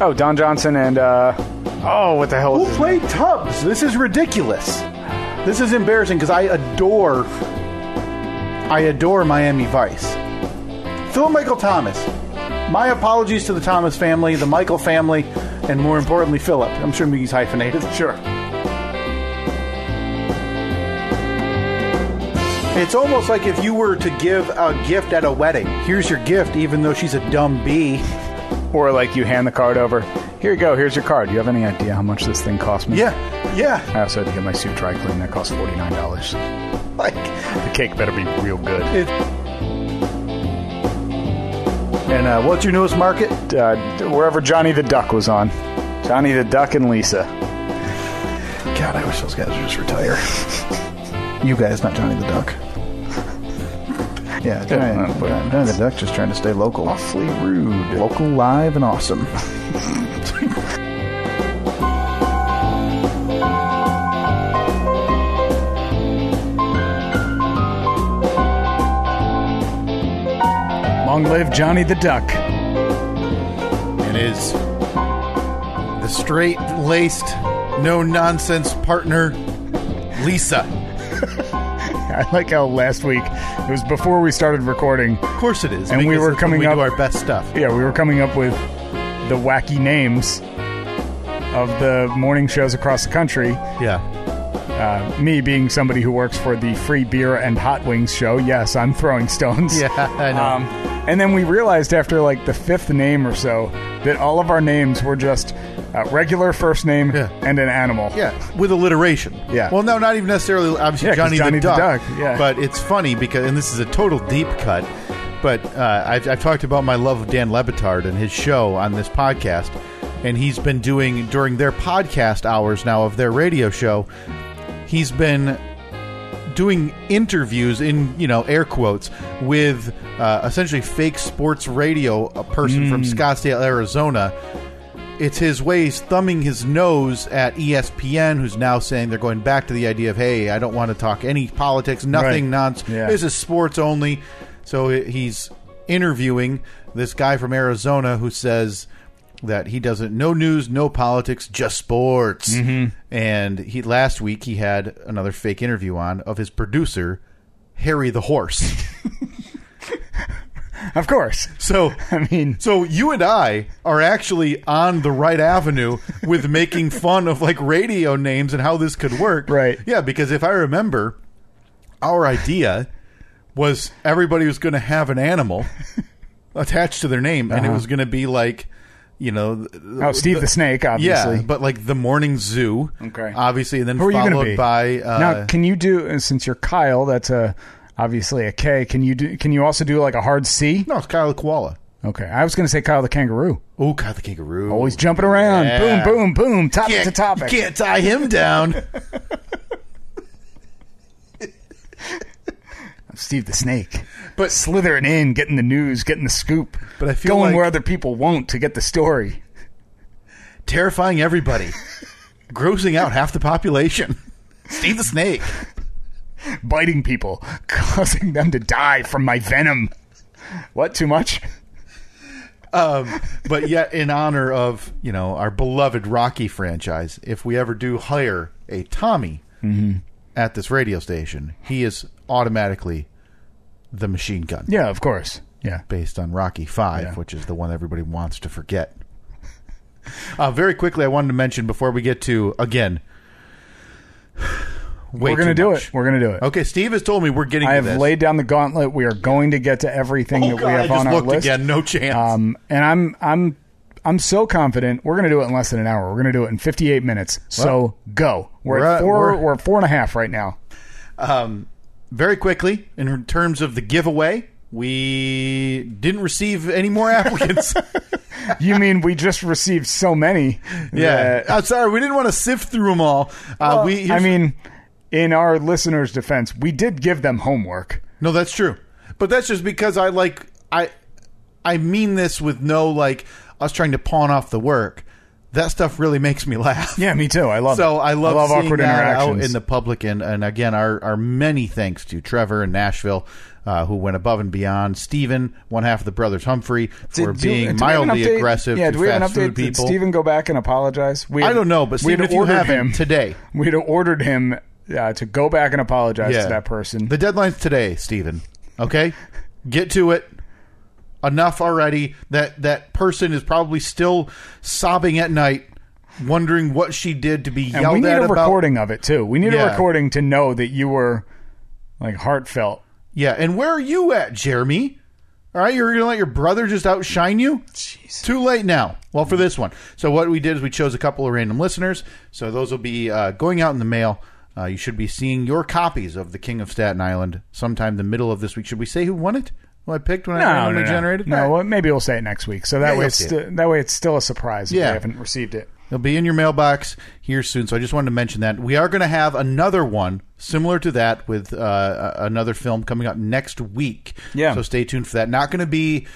Oh, Don Johnson and uh, oh, what the hell? Who Is played Tubbs? This is ridiculous. This is embarrassing because I adore, I adore Miami Vice. Phil Michael Thomas. My apologies to the Thomas family, the Michael family, and more importantly, Philip. I'm sure Miggy's hyphenated. Sure. It's almost like if you were to give a gift at a wedding. Here's your gift, even though she's a dumb bee. Or like you hand the card over. Here you go. Here's your card. Do you have any idea how much this thing cost me? Yeah, yeah. I also had to get my suit dry cleaned. That cost forty nine dollars. Like, The cake better be real good. It- and uh, what's your newest market? uh, wherever Johnny the Duck was on. Johnny the Duck and Lisa. God, I wish those guys would just retire. you guys, not Johnny the Duck. Yeah, Johnny, but- Johnny the Duck just trying to stay local. Awfully rude. Local, live, and awesome. Long live Johnny the Duck. It is the straight laced, no nonsense partner, Lisa. I like how last week it was before we started recording. Of course it is. And we because were that's when coming we up- do our best stuff. Yeah, we were coming up with the wacky names of the morning shows across the country. Yeah. Me being somebody who works for the free beer and hot wings show. Yes, I'm throwing stones. Yeah, I know. Um, and then we realized after like the fifth name or so that all of our names were just uh, regular first name Yeah. and an animal. yeah, with alliteration. Yeah. Well, no, not even necessarily. Obviously, Yeah, 'cause Johnny, Johnny the the Duck. Duck, yeah. But it's funny because, and this is a total deep cut. But uh, I've, I've talked about my love of Dan Lebitard and his show on this podcast, and he's been doing during their podcast hours now of their radio show. He's been doing interviews in you know air quotes with uh, essentially fake sports radio a person from Scottsdale, Arizona. It's his ways thumbing his nose at E ESPN, who's now saying they're going back to the idea of, hey, I don't want to talk any politics, nothing Right. nonsense. Yeah. This is sports only. So he- he's interviewing this guy from Arizona who says that he doesn't no news, no politics, just sports. Mm-hmm. And he last week he had another fake interview on of his producer Harry the horse. Of course. So I mean, So you and I are actually on the right avenue with making fun of like radio names and how this could work. Right. Yeah, because if I remember, our idea was everybody was going to have an animal attached to their name, and it was going to be like, you know, th- Uh-huh. oh, Steve the, Snake, obviously. yeah, but like the morning zoo. Okay. Obviously, and then Who are you going to followed be? by uh, now, can you do and since you're Kyle? That's a obviously a K. Can you do? Can you also do like a hard C? no, it's Kyle the koala. Okay, I was going to say Kyle the kangaroo. Oh, Kyle the kangaroo. Always jumping around. Yeah. Boom, boom, boom. Topic can't, to topic. Can't tie him down. Steve the Snake. But- slithering in, getting the news, getting the scoop. But I feel going like- where other people won't to get the story. terrifying everybody, grossing out half the population. Steve the Snake. biting people, causing them to die from my venom. What? Too much? Um, but yet, in honor of you know our beloved Rocky franchise, if we ever do hire a Tommy Mm-hmm. at this radio station, he is automatically the machine gun Yeah, of course. Yeah. based on Rocky Five, Yeah. which is the one everybody wants to forget. Uh, very quickly, I wanted to mention before we get to again. way We're gonna too do much. it. We're gonna do it. Okay, Steve has told me we're getting. I to have this. laid down the gauntlet. We are going to get to everything Oh, that God, we I have just on our looked list. again. No chance. Um, and I'm I'm I'm so confident we're gonna do it in less than an hour. We're gonna do it in 58 minutes. So go. We're, We're at at- 4 we're- we're, at four and a half right now. Um, very quickly, in terms of the giveaway, we didn't receive any more applicants. You mean we just received so many? yeah, that- I'm sorry, we didn't want to sift through them all. Uh, we, I here's- mean, in our listeners' defense, we did give them homework. no, that's true, but that's just because I like I, I mean this with no like us trying to pawn off the work. that stuff really makes me laugh. Yeah, me too. I love So it. I love, love seeing awkward that interactions. out in the public, and, and again, our, our many thanks to Trevor in Nashville, uh, who went above and beyond. Steven, one half of the brothers Humphrey, for Did- do- being do we have an mildly update? aggressive Yeah, to do we have an fast update? food Did people. Steven go back and apologize? We I had- don't know, but we had Steven, if you ordered have him today, we'd have ordered him uh, to go back and apologize yeah, to that person. The deadline's today, Steven. Okay, get to it. Enough already. That that person is probably still sobbing at night, wondering what she did to be and yelled we need at a about. recording of it too. We need Yeah. a recording to know that you were like heartfelt. Yeah, and where are you at, Jeremy? All right, you're gonna let your brother just outshine you? Too late now. Well, for this one. So what we did is we chose a couple of random listeners. So those will be uh, going out in the mail. Uh, you should be seeing your copies of The King of Staten Island sometime the middle of this week. Should we say who won it? Who I picked when I No, randomly no, no. generated? No, All right. well, maybe we'll say it next week. So that Yeah, way, you'll it's see it. st- that way it's still a surprise if Yeah. we haven't received it. It'll be in your mailbox here soon. So I just wanted to mention that we are going to have another one similar to that with uh, a- another film coming up next week. Yeah. So stay tuned for that. Not going to be.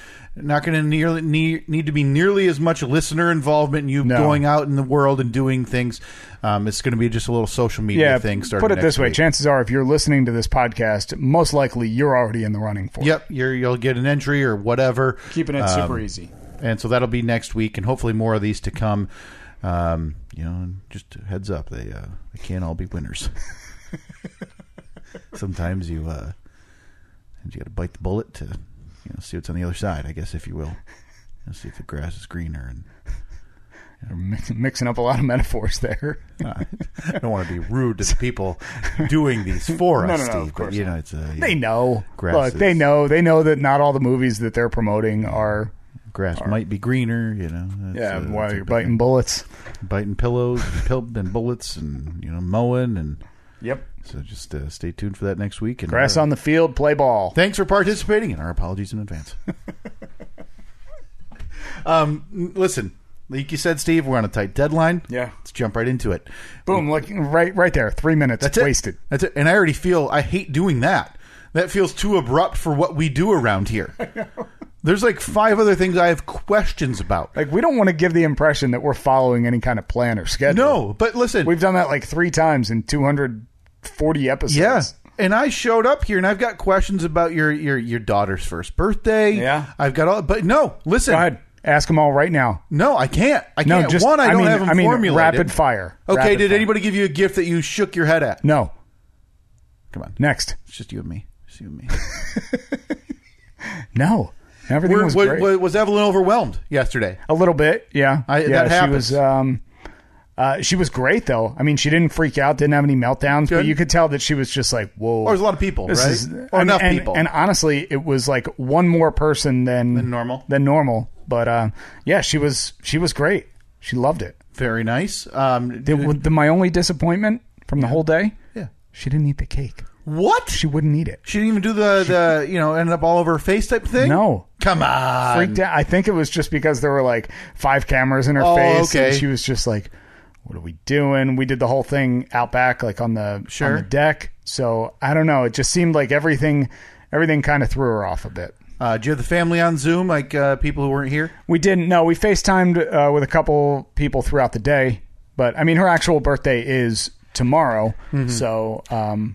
Not going to nearly ne- need to be nearly as much listener involvement. in You No. going out in the world and doing things. Um, it's going to be just a little social media Yeah, thing. Starting put it next this way: week. chances are, if you're listening to this podcast, most likely you're already in the running for it. Yep, Um, you're, you'll get an entry or whatever. Keeping it super easy. and so that'll be next week, and hopefully more of these to come. Um, you know, and just a heads up, they uh, they can't all be winners. Sometimes you uh, you got to bite the bullet to you know see what's on the other side, I guess, if you will. You know, see if the grass is greener. And You're mi- mixing up a lot of metaphors there. I don't want to be rude to the people doing these for No, us, no, no, Steve. of course but you know, it's a They know. Grass Look, they is- know. They know that not all the movies that they're promoting are. grass might be greener. You know, It's, Yeah, uh, while it's a you're bit- biting bullets. biting pillows, and, pill- and bullets, and you know, mowing and. Yep. So just uh, stay tuned for that next week. And Grass uh, on the field, play ball. Thanks for participating, and our apologies in advance. um, n- listen, like you said, Steve, we're on a tight deadline. Yeah. let's jump right into it. Boom! Look right, right there. Three minutes That's it. wasted. That's it. And I already feel I hate doing that. That feels too abrupt for what we do around here. There's like five other things I have questions about. Like we don't want to give the impression that we're following any kind of plan or schedule. No, but listen, we've done that like three times in 240 episodes. Yeah. And I showed up here, and I've got questions about your your your daughter's first birthday. Yeah. I've got all. But no, listen. Go ahead. Ask them all right now. No, I can't. I No, can't. just One, I, don't mean, have them I mean, formulated. rapid fire. Okay, Rapid did fire. anybody give you a gift that you shook your head at? No. Come on, Next. it's just you and me. Just you and me. No. Everything Were- was wa- great. wa- was Evelyn overwhelmed yesterday? A little bit, yeah. I- yeah, that she happens. was um uh, she was great though. I mean, she didn't freak out, didn't have any meltdowns, but Good. you could tell that she was just like, "Whoa!" Or there's a lot of people, This right? is- or and- enough and- people. And honestly, it was like one more person than Than normal? Than normal, but uh, yeah, she was she was great. She loved it. Very nice. Um, The, the- my only disappointment from the whole day, yeah. she didn't eat the cake. What? She wouldn't eat it. She didn't even do the, the you know ended up all over her face type thing. No. come on. Freaked out. I think it was just because there were like five cameras in her Um, Oh, face, okay. and she was just like, "What are we doing?" We did the whole thing out back, like on the Sure. on the deck. So I don't know. It just seemed like everything everything kind of threw her off a bit. Uh, do you have the family on Zoom, like uh, people who weren't here? We didn't. No, we FaceTimed uh, with a couple people throughout the day, but I mean, her actual birthday is tomorrow, so um,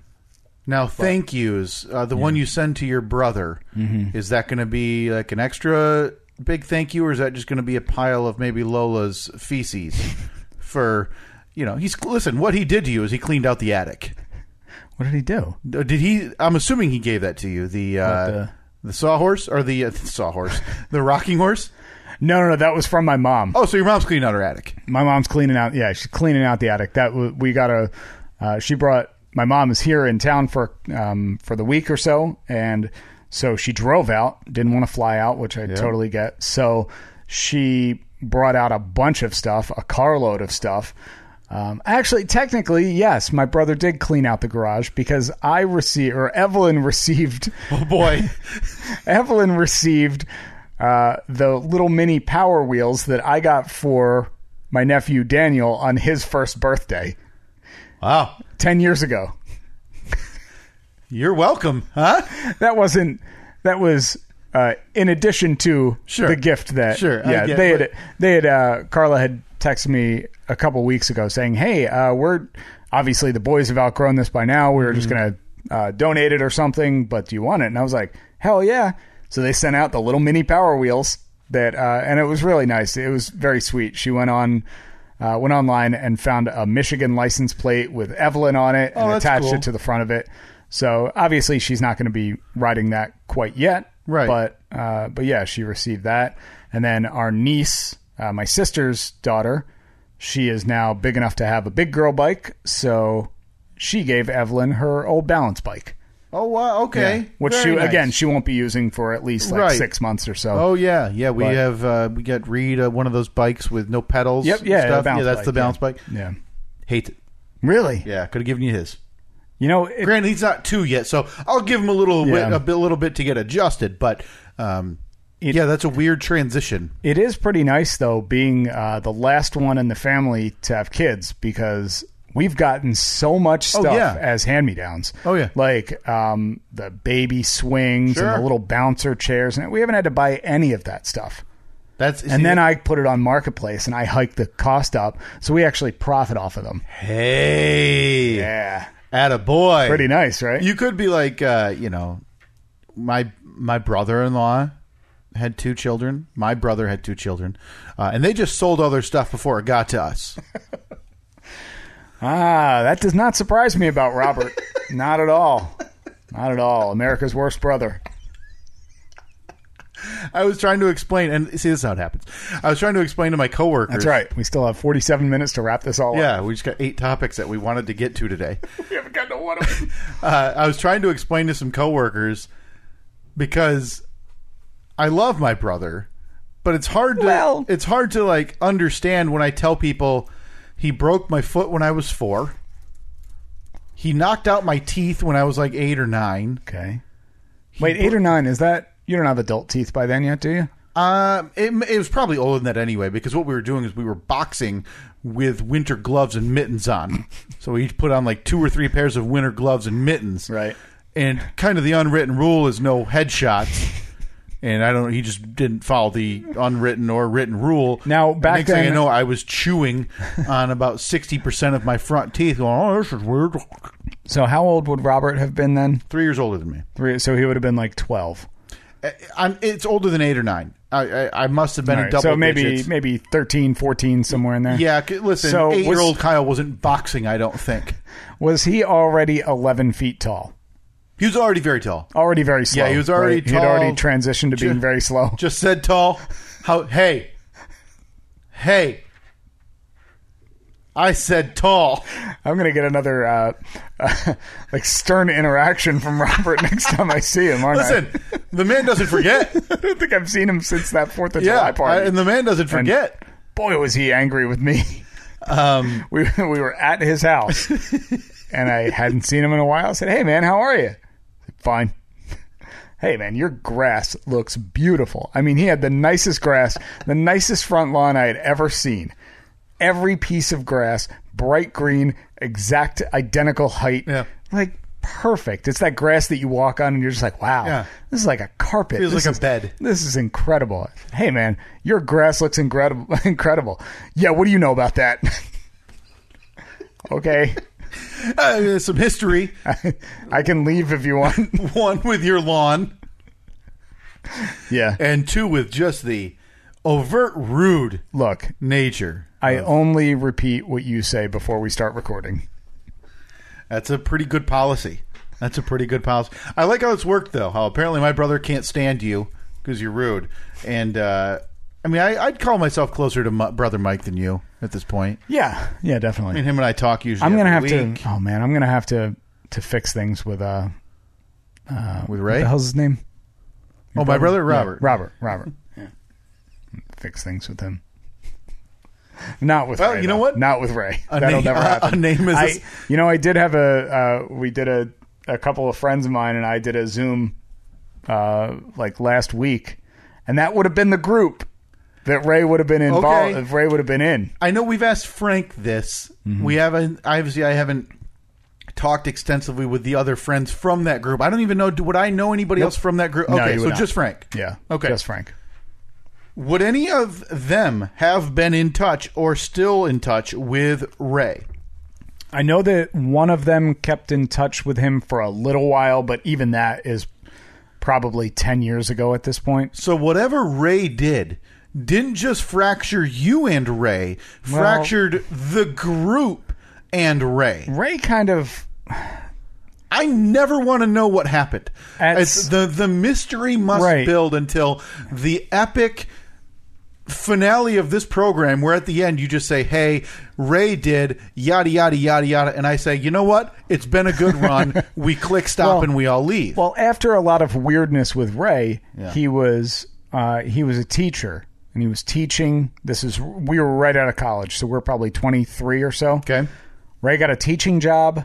Now, thank yous, uh, the one you send to your brother, is that going to be like an extra big thank you, or is that just going to be a pile of maybe Lola's feces for, you know, he's listen. What he did to you is he cleaned out the attic. what did he do? Uh, Did he? I'm assuming he gave that to you. The uh, the- the? sawhorse or the, uh, sawhorse, the rocking horse. No, no, no. That was from my mom. Oh, so your mom's cleaning out her attic. my mom's cleaning out. Yeah, she's cleaning out the attic. That w- we got a. Uh, she brought my mom is here in town for um, for the week or so, and so she drove out. Didn't want to fly out, which I totally get. So she brought out a bunch of stuff, a carload of stuff. Um, actually, technically, yes, my brother did clean out the garage because I received or Evelyn received. Oh boy, Evelyn received uh, the little mini Power Wheels that I got for my nephew Daniel on his first birthday wow. ten years ago. You're welcome, huh? That wasn't. That was. Uh, in addition to Sure. the gift that, Sure, I yeah, get- they but- had, they had, uh, Carla had texted me a couple weeks ago saying, "Hey, uh, we're obviously the boys have outgrown this by now. We were just Mm-hmm. gonna uh, donate it or something, but do you want it?" And I was like, "Hell yeah!" So they sent out the little mini Power Wheels that, uh, and it was really nice. It was very sweet. She went on. Uh, went online and found a Michigan license plate with Evelyn on it and Oh, that's attached cool. it to the front of it. So obviously she's not going to be riding that quite yet, Right. But but uh, but yeah, she received that. And then our niece, uh, my sister's daughter, she is now big enough to have a big girl bike, so she gave Evelyn her old balance bike, Oh wow. Okay. which Very she nice. again she won't be using for at least like Right. six months or so. Oh yeah, yeah. We But- have uh, we got Reed uh, one of those bikes with no pedals. Yep, and yeah, stuff. the balance yeah. That's bike, the balance yeah. bike. Yeah, Hate it. really? Yeah, could have given you his. You know, it, Granted, he's not two yet, so I'll give him a little Yeah. bit, a bit, little bit to get adjusted. But um, It- yeah, that's a weird transition. It is pretty nice though, being uh, the last one in the family to have kids because we've gotten so much stuff Oh, yeah. as hand me downs. Oh, yeah. like um, the baby swings Sure. and the little bouncer chairs, and we haven't had to buy any of that stuff. That's And then I put it on marketplace and I hiked the cost up, so we actually profit off of them. hey, Yeah, at a boy, pretty nice, right? You could be like, uh, you know, my my brother in law had two children. My brother had two children, uh, and they just sold all their stuff before it got to us. ah, that does not surprise me about Robert. not at all. Not at all. America's worst brother. I was trying to explain, and see, this is how it happens. I was trying to explain to my coworkers. That's right. We still have 47 minutes to wrap this all up. Yeah, we just got eight topics that we wanted to get to today. We haven't gotten to one of them. uh, I was trying to explain to some coworkers because I love my brother, but it's hard to Well- it's hard to like understand when I tell people he broke my foot when I was four. He knocked out my teeth when I was like eight or nine. Okay. Wait, eight or nine? Is that you don't have adult teeth by then yet, do you? Um, it, it was probably older than that anyway, because what we were doing is we were boxing with winter gloves and mittens on. so we each put on like two or three pairs of winter gloves and mittens. Right. And kind of the unwritten rule is no headshots. and I don't. He just didn't follow the unwritten or written rule. Now, And back next thing then- I know, I was chewing on about sixty percent of my front teeth. Going, oh, this is weird. So how old would Robert have been then? Three years older than me. Three. So he would have been like twelve. I- I'm. It's older than eight or nine. I I, I must have been Uh, All a right, double. so maybe digits. maybe 13, 14, somewhere in there. Yeah, c- listen, So was- eight-year-old Kyle wasn't boxing. I don't think Was he already eleven feet tall? he was already very tall. Already very slow. Yeah, he was already He had already tall. transitioned to being Ju- very slow. Just said tall. How? Hey, hey, I said tall. I'm gonna get another uh, like stern interaction from Robert next time I see him. Aren't Listen, the man doesn't forget. I? I don't think I've seen him since that Fourth of yeah, July party. I- and the man doesn't forget. boy was he angry with me. um, We we were at his house, and I hadn't seen him in a while. I said, "Hey man, how are you?" Fine. Hey man, your grass looks beautiful. I mean, he had the nicest grass, the nicest front lawn I had ever seen. Every piece of grass, bright green, exact identical height. Yeah. Like perfect. It's that grass that you walk on and you're just like, wow, Yeah. this is like a carpet. Feels This like a is- bed. This is incredible. Hey man, your grass looks incredible incredible. Yeah, what do you know about that? okay. uh, some history. I can leave if you want. One with your lawn, yeah. and two with just the overt rude Look, nature. I only repeat what you say before we start recording. That's a pretty good policy. That's a pretty good policy. I like how it's worked though. How apparently my brother can't stand you because you're rude. And uh, I mean, I, I'd call myself closer to my brother Mike than you at this point. Yeah. Yeah, I definitely. mean, him and I talk usually. I'm gonna have every week. to. Oh man, I'm gonna have to to fix things with uh. with What Ray. Uh, the hell's his name? oh, my brother Robert. Yeah, Robert. Robert. Yeah. Fix things with him. Not with Well, Ray, you know though. what? Not with Ray. A That'll name- never a- happen. a name is- I, you know, I did have a. Uh, we did a. A couple of friends of mine and I did a Zoom, uh, like last week, and that would have been the group that Ray would have been involved. Okay. If Ray would have been in, I know we've asked Frank this. Mm-hmm. We haven't. Obviously, I haven't talked extensively with the other friends from that group. I don't even know. Do, would I know anybody else from that group? No, Okay, you would so not. just Frank. yeah, Okay. just Frank. Would any of them have been in touch or still in touch with Ray? I know that one of them kept in touch with him for a little while, but even that is probably 10 years ago at this point. So whatever Ray did didn't just fracture you and Ray, Well- fractured the group and Ray. Ray kind of I never want to know what happened. At it's s- the the mystery must Right. build until the epic finale of this program where at the end you just say hey ray did yada yada yada yada and i say you know what it's been a good run we click stop Well- and we all leave Well, after a lot of weirdness with Ray, he was uh, he was a teacher and he was teaching. This is we were right out of college, so we're probably twenty three or so. okay Ray got a teaching job.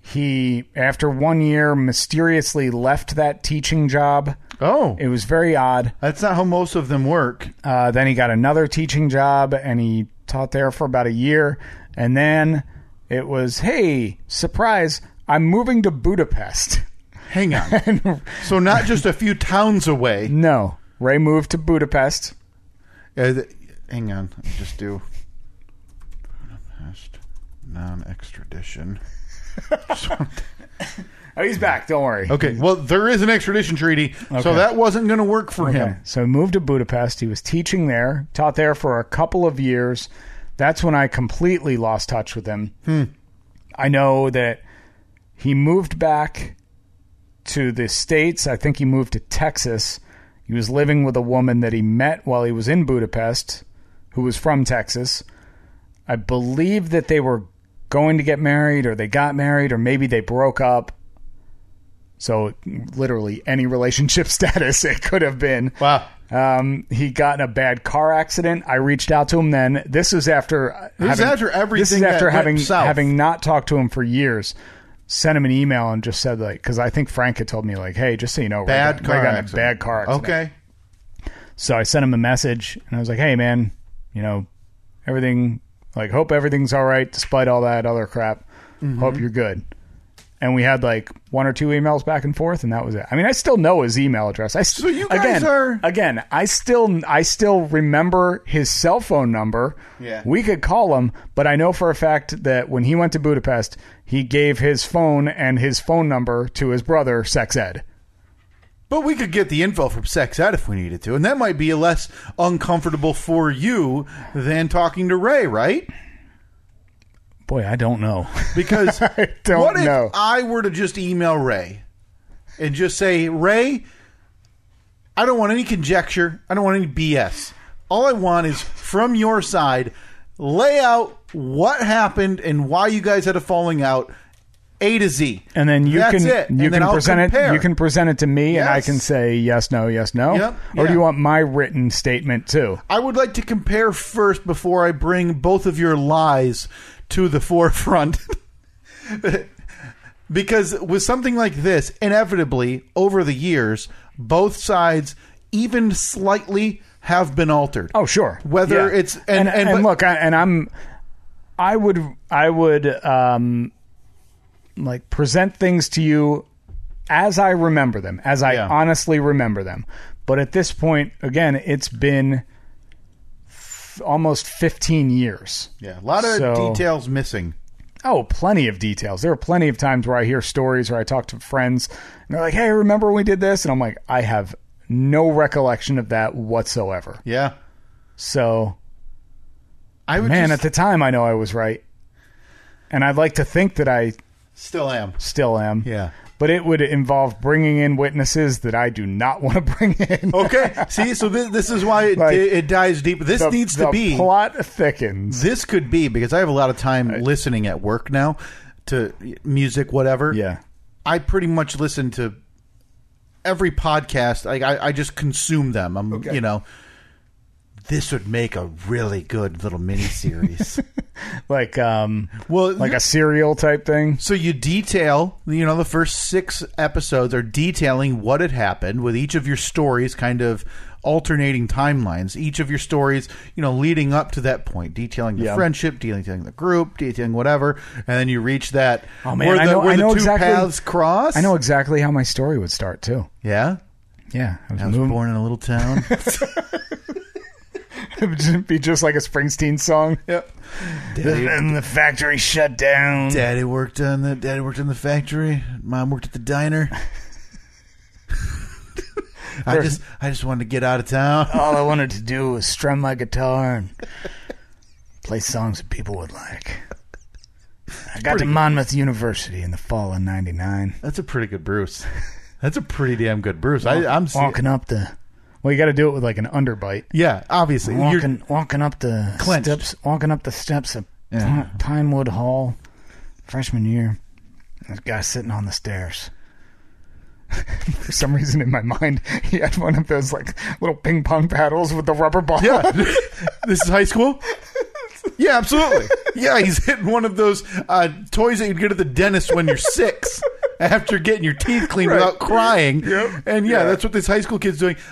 He after one year mysteriously left that teaching job. oh It was very odd. that's not how most of them work Uh, then he got another teaching job and he taught there for about a year. And then it was, hey, surprise, I'm moving to Budapest. hang on so not just a few towns away No, Ray moved to Budapest. Uh, th- hang on let me just do Budapest non-extradition Oh, he's back. Don't worry. Okay, well, there is an extradition treaty, so that wasn't going to work for Okay. him. So he moved to Budapest. He was teaching there, taught there for a couple of years. That's when I completely lost touch with him. I know that he moved back to the States. I think he moved to Texas. He was living with a woman that he met while he was in Budapest, who was from Texas. I believe that they were going to get married, or they got married, or maybe they broke up. So, literally, any relationship status it could have been. Wow. Um, he got in a bad car accident. I reached out to him then. This is after uh, This is after This everything is that after went having south. having not talked to him for years. Sent him an email and just said like because I think Frank had told me like hey just so you know Ray got- Bad Ray car got in accident. a bad car accident. Okay. So I sent him a message and I was like, "Hey man, you know, everything like hope everything's all right despite all that other crap. Mm-hmm. Hope you're good." And we had like one or two emails back and forth and that was it. I mean, I still know his email address. I st- So you guys again, are- again, I still I still remember his cell phone number. Yeah. We could call him, but I know for a fact that when he went to Budapest, he gave his phone and his phone number to his brother, Sex Ed. But we could get the info from Sex Ed if we needed to, and that might be less uncomfortable for you than talking to Ray, right? Boy, I don't know. Because don't what know. if I were to just email Ray and just say, Ray, I don't want any conjecture. I don't want any BS. All I want is from your side, lay out what happened and why you guys had a falling out, A to Z. and then you That's can it. And you then can I'll present compare. it you can present it to me and I Yes. can say yes no yes no Yep, or do yeah. you want my written statement too I would like to compare first before I bring both of your lies to the forefront. because with something like this, inevitably, over the years, both sides, even slightly, have been altered. oh sure Whether Yeah. it's- and- and, and- but- look I, and I'm I would I would um like present things to you as I remember them as I Yeah. honestly remember them but at this point again it's been f- almost 15 years Yeah, a lot of So- details missing. Oh, plenty of details. There are plenty of times where I hear stories or I talk to friends and they're like, hey, remember when we did this? And I'm like, I have no recollection of that whatsoever. Yeah. So, I would man, just, at the time, I know I was right. And I'd like to think that I still am. still am. Yeah. But it would involve bringing in witnesses that I do not want to bring in. Okay. See, so this, this is why it, Like, it, dives deep. Oh, This The- needs to the be plot thickens. This could be because I have a lot of time listening at work now to music, whatever. Yeah. I pretty much listen to every podcast. Like I, I just consume them. I'm, you know, this would make a really good little mini series. Like, um, well, like a serial type thing. so you detail, you know, the first six episodes are detailing what had happened with each of your stories, kind of alternating timelines. Each of your stories, you know, leading up to that point, detailing the Yeah. friendship, detailing the group, detailing whatever, and then you reach that Oh, man, where the, I know- where I the know two exactly- paths cross. I know exactly how my story would start, too. Yeah, Yeah. I was, I was moving. born in a little town. It would just be just like a Springsteen song. Yep. And the factory shut down. Daddy worked on the daddy worked in the factory. Mom worked at the diner. I just I just wanted to get out of town. All I wanted to do was strum my guitar and play songs that people would like. I got to Monmouth University in the fall of '99, That's a pretty good Bruce. That's a pretty damn good Bruce. I, I'm se- walking up the. Well, you got to do it with like an underbite. yeah, obviously. You're- Walking, walking up the Clenched. steps, walking up the steps of Yeah. Pine- Pinewood Hall, freshman year. This guy sitting on the stairs. For some reason, in my mind, he had one of those like little ping pong paddles with the rubber ball. Yeah. this is high school? Yeah, absolutely. Yeah, he's hitting one of those uh, toys that you'd get at the dentist when you're six after getting your teeth cleaned without crying. And yeah, that's what this high school kid's doing. No,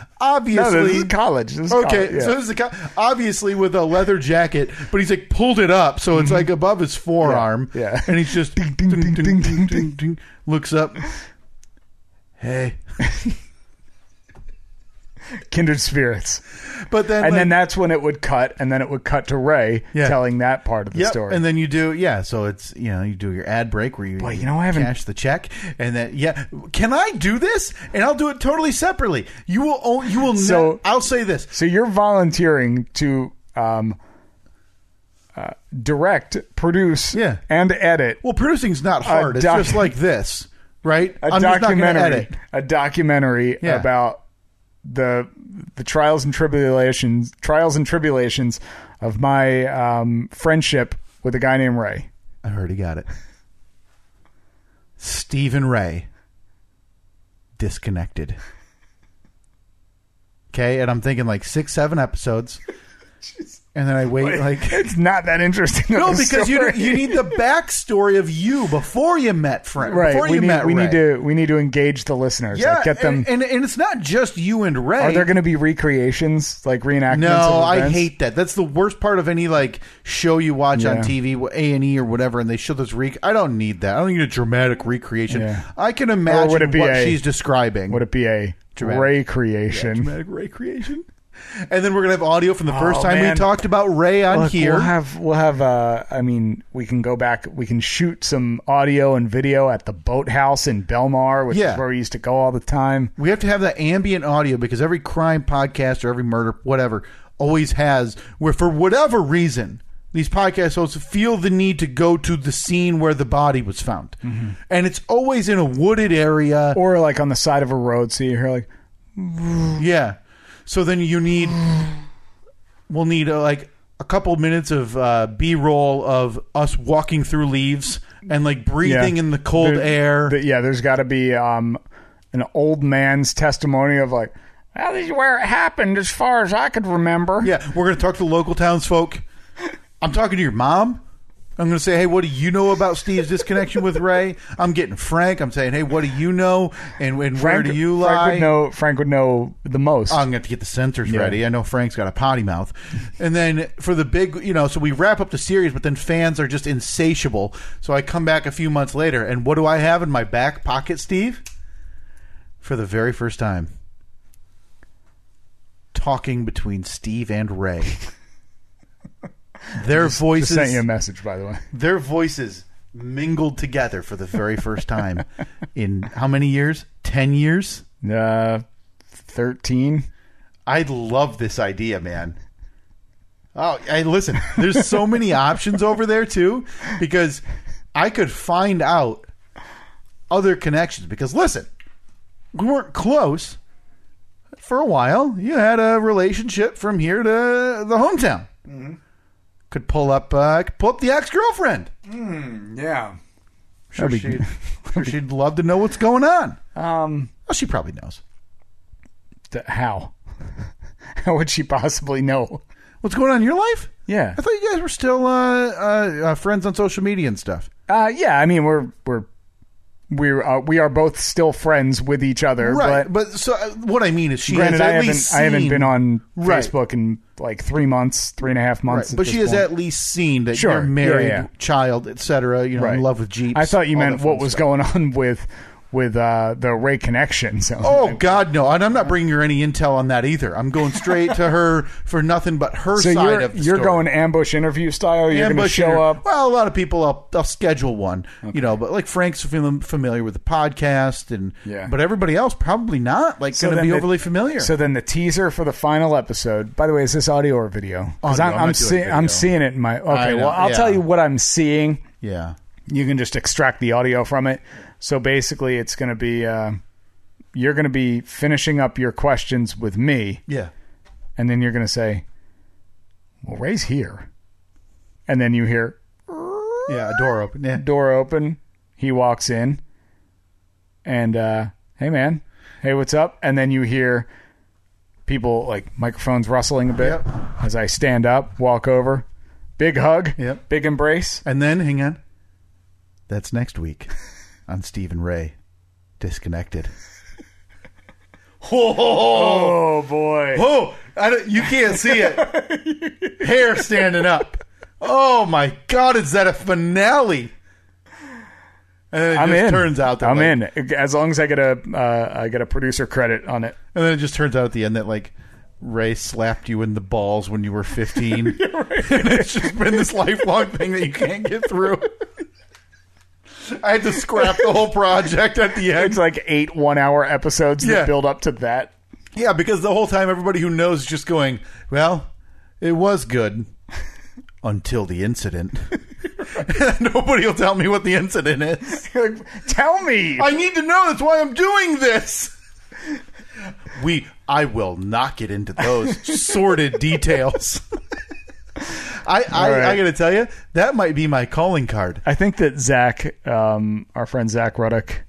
Obviously. this is college. This is Okay, college, yeah. so this is the guy, obviously with a leather jacket, but he's like pulled it up, so it's like above his forearm. Mm-hmm. Yeah, yeah. and he's just Ding, ding, ding, ding, ding, ding. looks up. Hey, kindred spirits. but then And like- then that's when it would cut, and then it would cut to Ray Yeah. telling that part of the Yep, story. And then you do yeah, so it's you know, you do your ad break where you, Boy, you know, I haven't- cash the check and then yeah, can I do this? And I'll do it totally separately. You will own you will So- so, I'll say this. so you're volunteering to um, uh, direct, produce, Yeah. and edit Well, producing's not hard. it's doc- just like this, right? a I'm just not gonna documentary, edit. a documentary Yeah. about the the trials and tribulations, trials and tribulations of my um, friendship with a guy named Ray. I already got it. Stephen Ray disconnected. Okay, and I'm thinking like six, seven episodes. And then I wait like It's not that interesting. of No, a because you story. you need the backstory of you before you met Frank. right. Before we you need met we Ray. need to we need to engage the listeners. yeah, like, get them. And, and and it's not just you and Ray. Are there going to be recreations like reenactments? no, of I events? hate that. That's the worst part of any like show you watch on Yeah. TV, A and E or whatever, and they show this rec. I don't need that. I don't need a dramatic recreation. Yeah. I can imagine would it be what a- she's describing. Would it be a Dramatic. Ray creation? dramatic recreation? And then we're gonna have audio from the first Oh, time man. we talked about Ray on Look, here. We'll have we'll have. Uh, I mean, we can go back. We can shoot some audio and video at the boathouse in Belmar, which Yeah. is where we used to go all the time. We have to have that ambient audio because every crime podcast or every murder, whatever, always has where for whatever reason these podcast hosts feel the need to go to the scene where the body was found, and it's always in a wooded area. Or like on the side of a road, so you hear like yeah, so then you need we'll need uh, like a couple minutes of uh, B roll of us walking through leaves and like breathing in the cold There- air. there- yeah, there's got to be um, an old man's testimony of like, well, this is where it happened, as far as I could remember. Yeah, we're going to talk to local townsfolk. I'm talking to your mom. I'm going to say, hey, what do you know about Steve's disconnection with Ray? I'm getting Frank. I'm saying, hey, what do you know? And, and where Frank, do you Frank lie? would know. Frank would know the most. Oh, I'm going to have to get the sensors ready. I know Frank's got a potty mouth. And then for the big, you know, so we wrap up the series, but then fans are just insatiable. So I come back a few months later, and what do I have in my back pocket, Steve? For the very first time, talking between Steve and Ray. Their Just sent you a voices, message, by the way. their voices mingled together for the very first time in how many years? Ten years. Uh, thirteen. I love this idea, man. Oh, I listen. There's so many options over there too, because I could find out other connections. Because listen, we weren't close for a while. You had a relationship from here to the hometown. Could pull up, uh, could pull up the ex girlfriend. Hmm, Yeah. Sure, she'd, sure she'd love to know what's going on. Um. Well, she probably knows th- how? how would she possibly know? what's going on in your life. Yeah. I thought you guys were still uh, uh, uh, friends on social media and stuff. Uh, yeah. I mean, we're we're we're uh, we are both still friends with each other, Right, but. but, so uh, what I mean is she Granted, has I at haven't least I haven't seen- been on Right. Facebook in like three months, three and a half Right, months. at but she this has point. at least seen that Sure, you're married, yeah, yeah. child, etc. You know, Right. in love with Jeeps. I thought you all meant that fun what was stuff. going on with with uh, the Ray connection. So Oh God, no! And I'm not bringing her any intel on that either. I'm going straight to her for nothing but her so side you're of the you're story. going ambush interview style. You're going to ambush show her. up. Well, a lot of people, I'll, I'll schedule one, you know. But like Frank's fam- familiar with the podcast, and Yeah. but everybody else probably not like going to then be the- overly familiar. So then the teaser for the final episode. By the way, is this audio or video? 'Cause Audio, I'm, I'm I'm, not doing see- video. I'm seeing it in my. Okay, know, well, I'll yeah. tell you what I'm seeing. yeah, You can just extract the audio from it. So basically, it's going to be uh, you're going to be finishing up your questions with me, yeah. and then you're going to say, "Well, Ray's here," and then you hear Yeah, a door open. Yeah. door open. He walks in, and uh, hey, man, hey, what's up? And then you hear people like microphones rustling a bit Yep. as I stand up, walk over, big hug, Yep. big embrace. And then, hang on. That's next week on Steve and Ray Disconnected. oh, Oh boy! oh, I don't, you can't see it. Hair standing up. Oh my God, is that a finale? And then it I'm just in. turns out that I'm like- in. As long as I get a uh, I get a producer credit on it. And then it just turns out at the end that like Ray slapped you in the balls when you were 15. and it's just been this lifelong thing that you can't get through. I had to scrap the whole project at the It's end. like eight one-hour episodes Yeah. that build up to that. Yeah, because the whole time everybody who knows is just going, well, it was good until the incident. Nobody will tell me what the incident is. You're like, Tell me. I need to know. That's why I'm doing this. We, I will not get into those sordid details. I, I, right. I got to tell you, that might be my calling card. I think that Zach, um, our friend Zach Ruddock,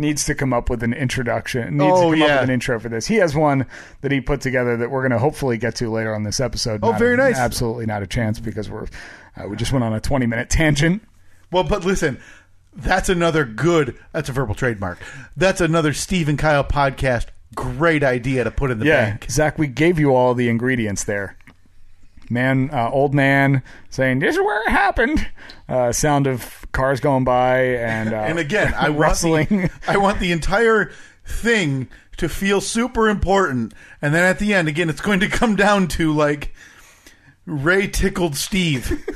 needs to come up with an introduction. Needs Oh, to come yeah. up with an intro for this. He has one that he put together that we're going to hopefully get to later on this episode. Oh, very nice. Absolutely not a chance because we're uh, we just went on a twenty minute tangent. Well, but listen, that's another good. That's a verbal trademark. That's another Steve and Kyle podcast. Great idea to put in the bank. Zach, we gave you all the ingredients there. Man, uh, old man saying, "This is where it happened." Uh, sound of cars going by and uh, And again, I want the, rustling. I want the entire thing to feel super important, and then at the end, again, it's going to come down to like Ray tickled Steve.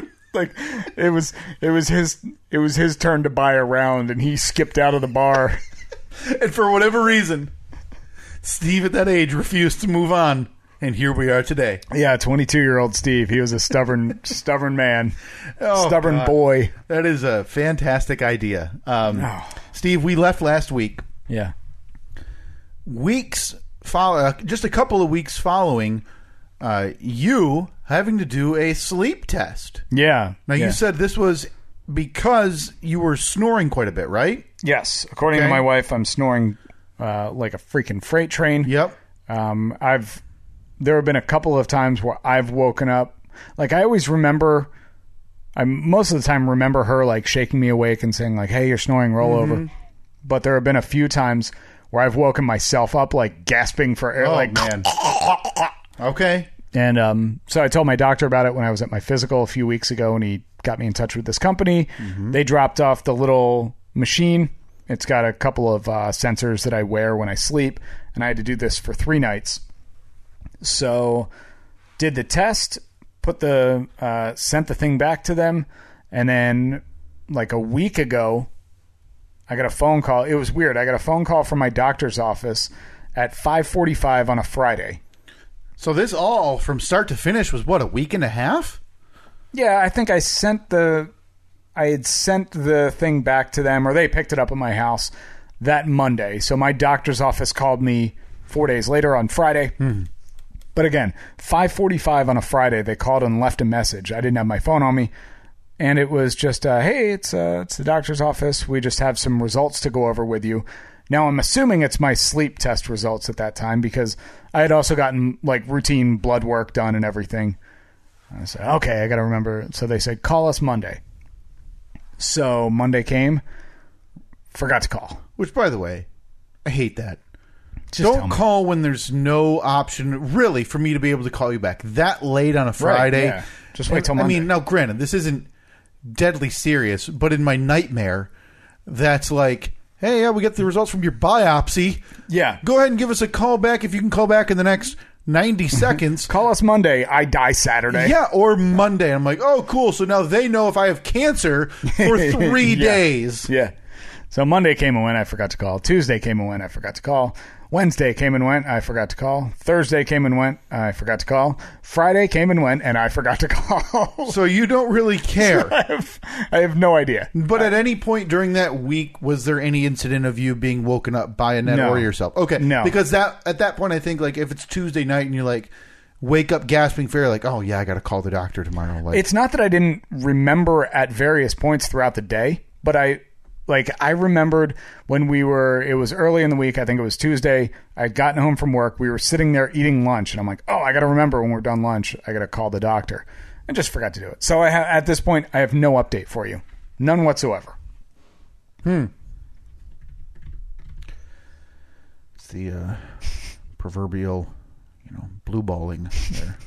like it was it was his it was his turn to buy a round and he skipped out of the bar and for whatever reason, Steve at that age refused to move on, and here we are today. yeah 22 year old steve he was a stubborn stubborn man Oh, stubborn God. boy That is a fantastic idea, um, Oh. Steve. We left last week. yeah weeks follow, uh, just a couple of weeks following uh, you having to do a sleep test. yeah Now yeah. you said this was because you were snoring quite a bit, right? yes according Okay. to my wife i'm snoring uh, like a freaking freight train Yep. Um, I've there have been a couple of times where I've woken up like I always remember. I most of the time remember her like shaking me awake and saying like, "Hey, you're snoring. Roll over." But there have been a few times where I've woken myself up like gasping for air, Oh like, man. okay. and um, so I told my doctor about it when I was at my physical a few weeks ago, and he got me in touch with this company. They dropped off the little machine. It's got a couple of uh, sensors that I wear when I sleep, and I had to do this for three nights. So, did the test, put the uh, sent the thing back to them, and then like a week ago, I got a phone call. It was weird. I got a phone call from my doctor's office at 5:45 on a Friday. So this all from start to finish was what a week and a half. Yeah, I think I sent the I had sent the thing back to them or they picked it up at my house that Monday. So my doctor's office called me 4 days later on Friday. But again, 5:45 on a Friday they called and left a message. I didn't have my phone on me. And it was just, uh, hey, it's uh, it's the doctor's office. We just have some results to go over with you. Now I'm assuming it's my sleep test results at that time because I had also gotten like routine blood work done and everything. I said, okay, I got to remember. So they said, call us Monday. So Monday came, forgot to call. Which, by the way, I hate that. Just tell Don't me. call when there's no option, really, for me to be able to call you back that late on a Friday. yeah. Just wait till I- I Monday. mean, now, granted, this isn't deadly serious, but in my nightmare, that's like, hey, yeah, we got the results from your biopsy. Yeah. Go ahead and give us a call back if you can call back in the next 90 seconds. Call us Monday. I die Saturday. Yeah, or Monday. I'm like, oh, cool. So now they know if I have cancer for three Yeah. days. Yeah. So Monday came and went. I forgot to call. Tuesday came and went. I forgot to call. Wednesday came and went. I forgot to call. Thursday came and went. I forgot to call. Friday came and went, and I forgot to call. So you don't really care. I, have, I have no idea. but at any point during that week, was there any incident of you being woken up by Annette No. or yourself? Okay, No. Because that at that point, I think like if it's Tuesday night and you're like wake up gasping for air, like oh yeah, I got to call the doctor tomorrow. Like It's not that I didn't remember at various points throughout the day, but I like I remembered when we were it was early in the week, I think it was Tuesday. I had gotten home from work, we were sitting there eating lunch and I'm like, "Oh, I got to remember when we're done lunch, I got to call the doctor." I just forgot to do it. So I ha- at this point, I have no update for you. None whatsoever. it's the uh, proverbial, you know, blue balling. There.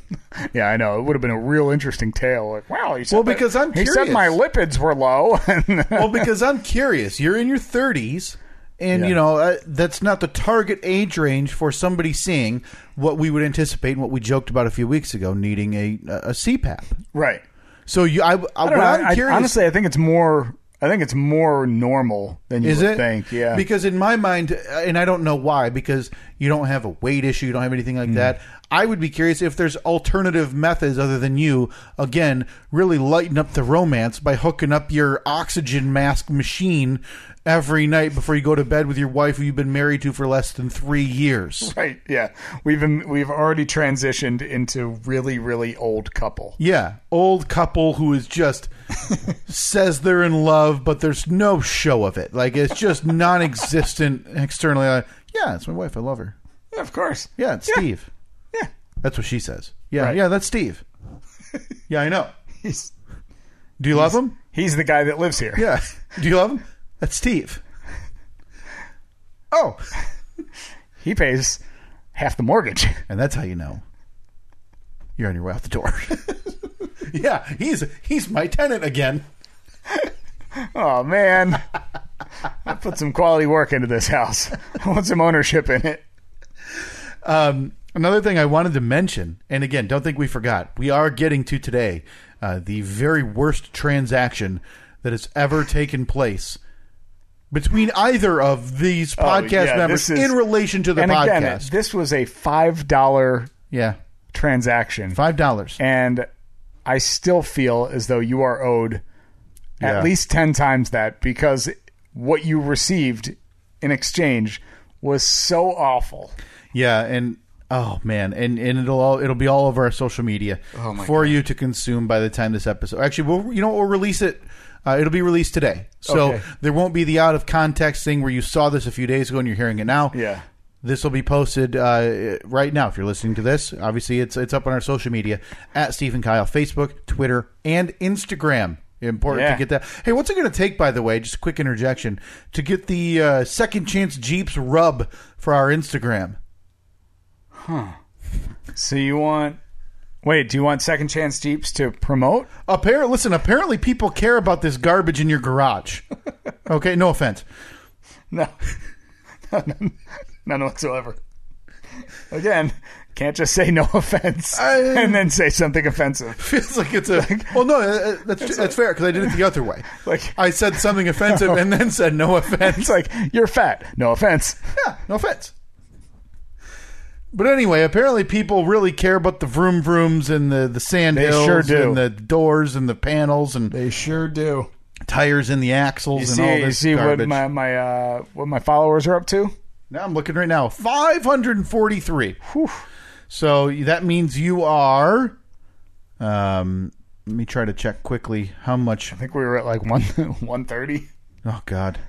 Yeah, I know. It would have been a real interesting tale. Like, wow, you said Well, that- because I'm he said curious. my lipids were low. well, because I'm curious. You're in your 30s, and you know uh, that's not the target age range for somebody seeing what we would anticipate and what we joked about a few weeks ago, needing a a CPAP. right. So you, I I, I, what don't know. I'm I- curious. honestly, I think it's more. I think it's more normal than you is would it? think. Yeah. Because in my mind, uh, and I don't know why, because you don't have a weight issue, you don't have anything Mm. like that. I would be curious if there's alternative methods other than you, again, really lighten up the romance by hooking up your oxygen mask machine every night before you go to bed with your wife who you've been married to for less than three years. right. Yeah. We've been, we've already transitioned into really really old couple. Yeah, old couple who is just says they're in love, but there's no show of it. Like it's just non-existent externally. Like, yeah, it's my wife. I love her. Yeah, of course. Yeah, it's Steve. Yeah. That's what she says. Yeah, Right. yeah, that's Steve. yeah, I know. He's Do you love him? he's the guy that lives here. Yeah. Do you love him? That's Steve. Oh, He pays half the mortgage. and that's how you know you're on your way out the door. yeah, he's he's my tenant again. Oh man. I put some quality work into this house. I want some ownership in it. Um, another thing I wanted to mention, and again, don't think we forgot. We are getting to today uh, the very worst transaction that has ever taken place between either of these Oh, podcast yeah, members this is- in relation to the and podcast. again, this was a five dollar yeah, transaction. five dollars. and I still feel as though you are owed Yeah. at least 10 times that because what you received in exchange was so awful. Yeah, and oh man, and and it'll all it'll be all over our social media Oh, for you to consume by the time this episode. Actually, we'll you know what, we'll release it. Uh, it'll be released today, so Okay. there won't be the out of context thing where you saw this a few days ago and you're hearing it now. Yeah. This will be posted uh, right now. If you're listening to this, obviously it's it's up on our social media at Stephen Kyle, Facebook, Twitter, and Instagram. Important Yeah. to get that. Hey, what's it going to take, by the way? Just a quick interjection to get the uh, second chance Jeeps rub for our Instagram. So you want Wait, do you want second chance jeeps to promote? Apparently, listen. Apparently, people care about this garbage in your garage. Okay, no offense. No. None, none whatsoever. Again, can't just say no offense I- and then say something offensive. Feels like it's a. Well, no, uh, that's that's fair because I did it the other way. Like- I said something offensive and then said no offense. It's like you're fat. No offense. Yeah, no offense. But anyway, apparently people really care about the vroom vrooms and the the sand They hills sure do. and the doors and the panels and They sure do. tires in the axles You and see, all you this see garbage. what my, my uh, what my followers are up to? Now I'm looking right now. 543. So that means you are. Um, let me try to check quickly how much. I think we were at like one one thirty. Oh God.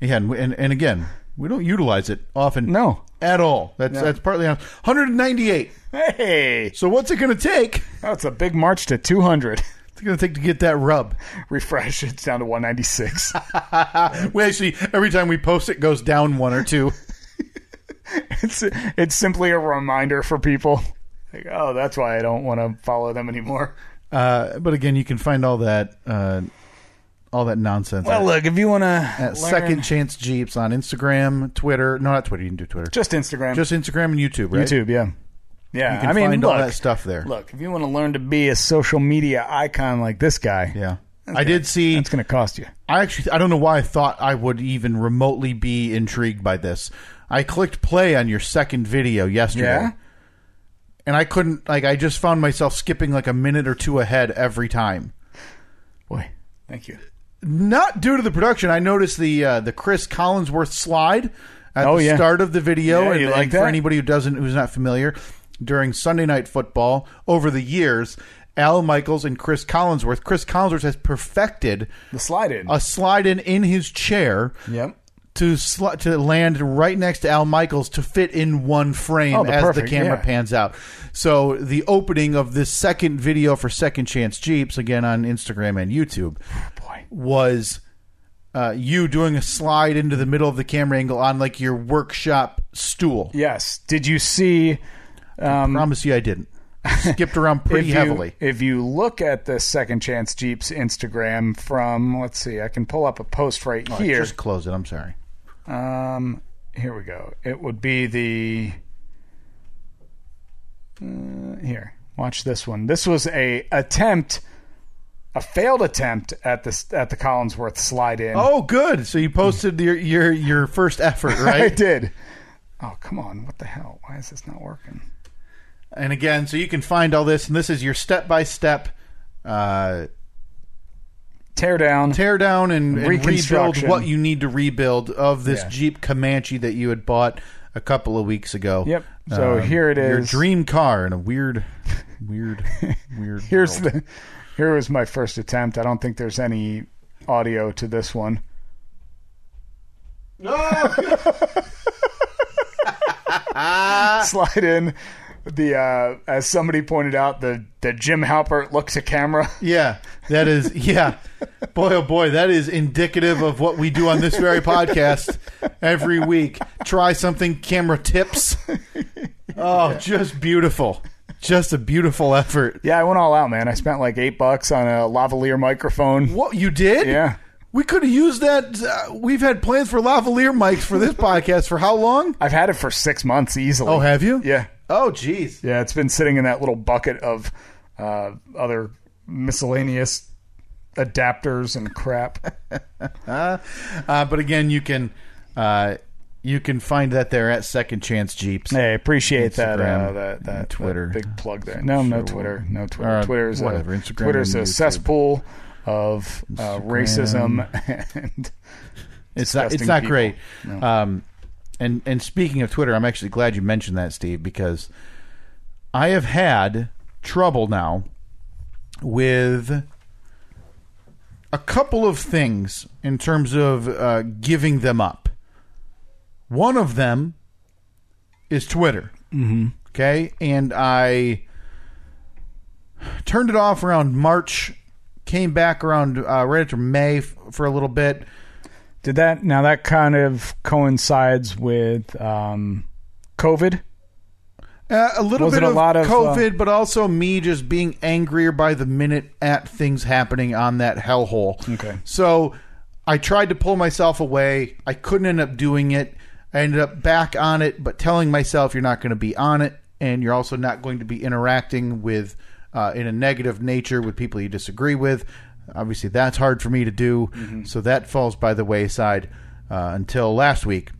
Yeah, and, and and again, we don't utilize it often. No. at all. That's that's partly on 198. Hey, So what's it going to take? that's a big march to two hundred. It's going to take to get that rub. Refresh. It's down to one ninety six. We actually every time we post it goes down one or two. it's it's simply a reminder for people. Like, oh, that's why I don't want to follow them anymore. Uh, but again, you can find all that uh, all that nonsense. Well, look, if you want to at Second Chance Jeeps on Instagram, Twitter. No, not Twitter. You can do Twitter. just Instagram, Just Instagram and YouTube, right? YouTube, yeah, yeah. You can I mean, find look, all that stuff there. Look, if you want to learn to be a social media icon like this guy, Yeah. I did see. it's going to cost you. I actually, I don't know why I thought I would even remotely be intrigued by this. I clicked play on your second video yesterday. Yeah? And I couldn't, like, I just found myself skipping like a minute or two ahead every time. Boy, thank you. Not due to the production. I noticed the uh, the Chris Collinsworth slide at Oh, the yeah. start of the video. Yeah, you like for that? anybody who doesn't, who's not familiar, during Sunday Night Football over the years, Al Michaels and Chris Collinsworth. Chris Collinsworth has perfected The slide in. a slide in in his chair. yep. to sl- to land right next to Al Michaels to fit in one frame Oh, the as perfect, the camera yeah. pans out. So the opening of this second video for Second Chance Jeeps again on Instagram and YouTube Boy. was uh, you doing a slide into the middle of the camera angle on like your workshop stool. Yes. Did you see? Promise you, I didn't. Skipped around pretty Um, if heavily. You, if you look at the Second Chance Jeeps Instagram from, let's see, I can pull up a post right here. Mm. Just close it. I'm sorry. Um, here we go. It would be the uh, here. Watch this one. This was a attempt, a failed attempt at this at the Collinsworth slide in. Oh, good. So you posted your your your first effort, I right? did. Oh come on! What the hell? Why is this not working? And again, so you can find all this, and this is your uh, step by step Tear down. tear down and, and rebuild Reconstruction. what you need to rebuild of this Yeah. Jeep Comanche that you had bought a couple of weeks ago. Um, Yep. So here it Your is. dream car in a weird, weird, weird. Here's world. the. Here was my first attempt. I don't think there's any audio to this one. Slide in the uh, as somebody pointed out the the Jim Halpert looks at camera. yeah, that is yeah. Boy, oh boy, that is indicative of what we do on this very podcast every week. Try something, camera tips. Oh, just beautiful, just a beautiful effort. Yeah, I went all out, man. I spent like eight bucks on a lavalier microphone. What you did? Yeah. We could have used that. Uh, we've had plans for lavalier mics for this podcast for how long? I've had it for six months easily. Oh, have you? yeah, Oh, jeez. yeah. It's been sitting in that little bucket of uh, other miscellaneous adapters and crap. Uh, but again, you can uh, you can find that there at Second Chance Jeeps. Hey, appreciate that, Instagram uh, that. That and Twitter. that big plug there. No, no Twitter, no Twitter. Or, uh, Twitter's a- whatever, Instagram Twitter's a and YouTube. cesspool of uh, racism and it's not it's disgusting not people. great. Um, and and speaking of Twitter, I'm actually glad you mentioned that, Steve, because I have had trouble now with a couple of things in terms of uh, giving them up. One of them is Twitter. Mm-hmm. Okay, and I turned it off around March. Came back around uh, right after May f- for a little bit. Did that now? That kind of coincides with um, COVID. Uh, a little Was bit it a of lot of, uh, COVID, but also me just being angrier by the minute at things happening on that hellhole. Okay. So I tried to pull myself away. I couldn't end up doing it. I ended up back on it, but telling myself you're not going to be on it, and you're also not going to be interacting with, uh, in a negative nature, with people you disagree with. Obviously, that's hard for me to do. Mm-hmm. So that falls by the wayside uh, until last week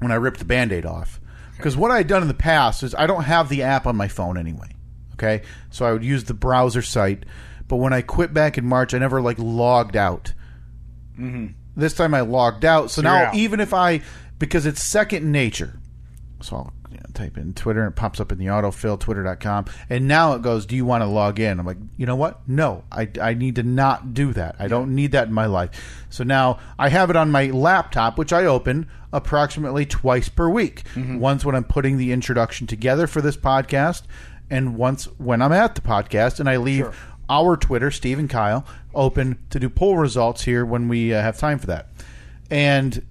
when I ripped the band aid off. Because what I had done in the past is I don't have the app on my phone anyway. Okay. So I would use the browser site. But when I quit back in March, I never like logged out. This time I logged out. So, Mm-hmm. you're now out. even if I, because it's second nature. So I'll you know, type in Twitter and it pops up in the autofill, twitter.com. And now it goes, Do you want to log in? I'm like, You know what? No, I, I need to not do that. I don't need that in my life. So now I have it on my laptop, which I open approximately twice per week. Once when I'm putting the introduction together for this podcast, and once when I'm at the podcast, and I leave our Twitter, Steve and Kyle, open to do poll results here when we uh, have time for that. And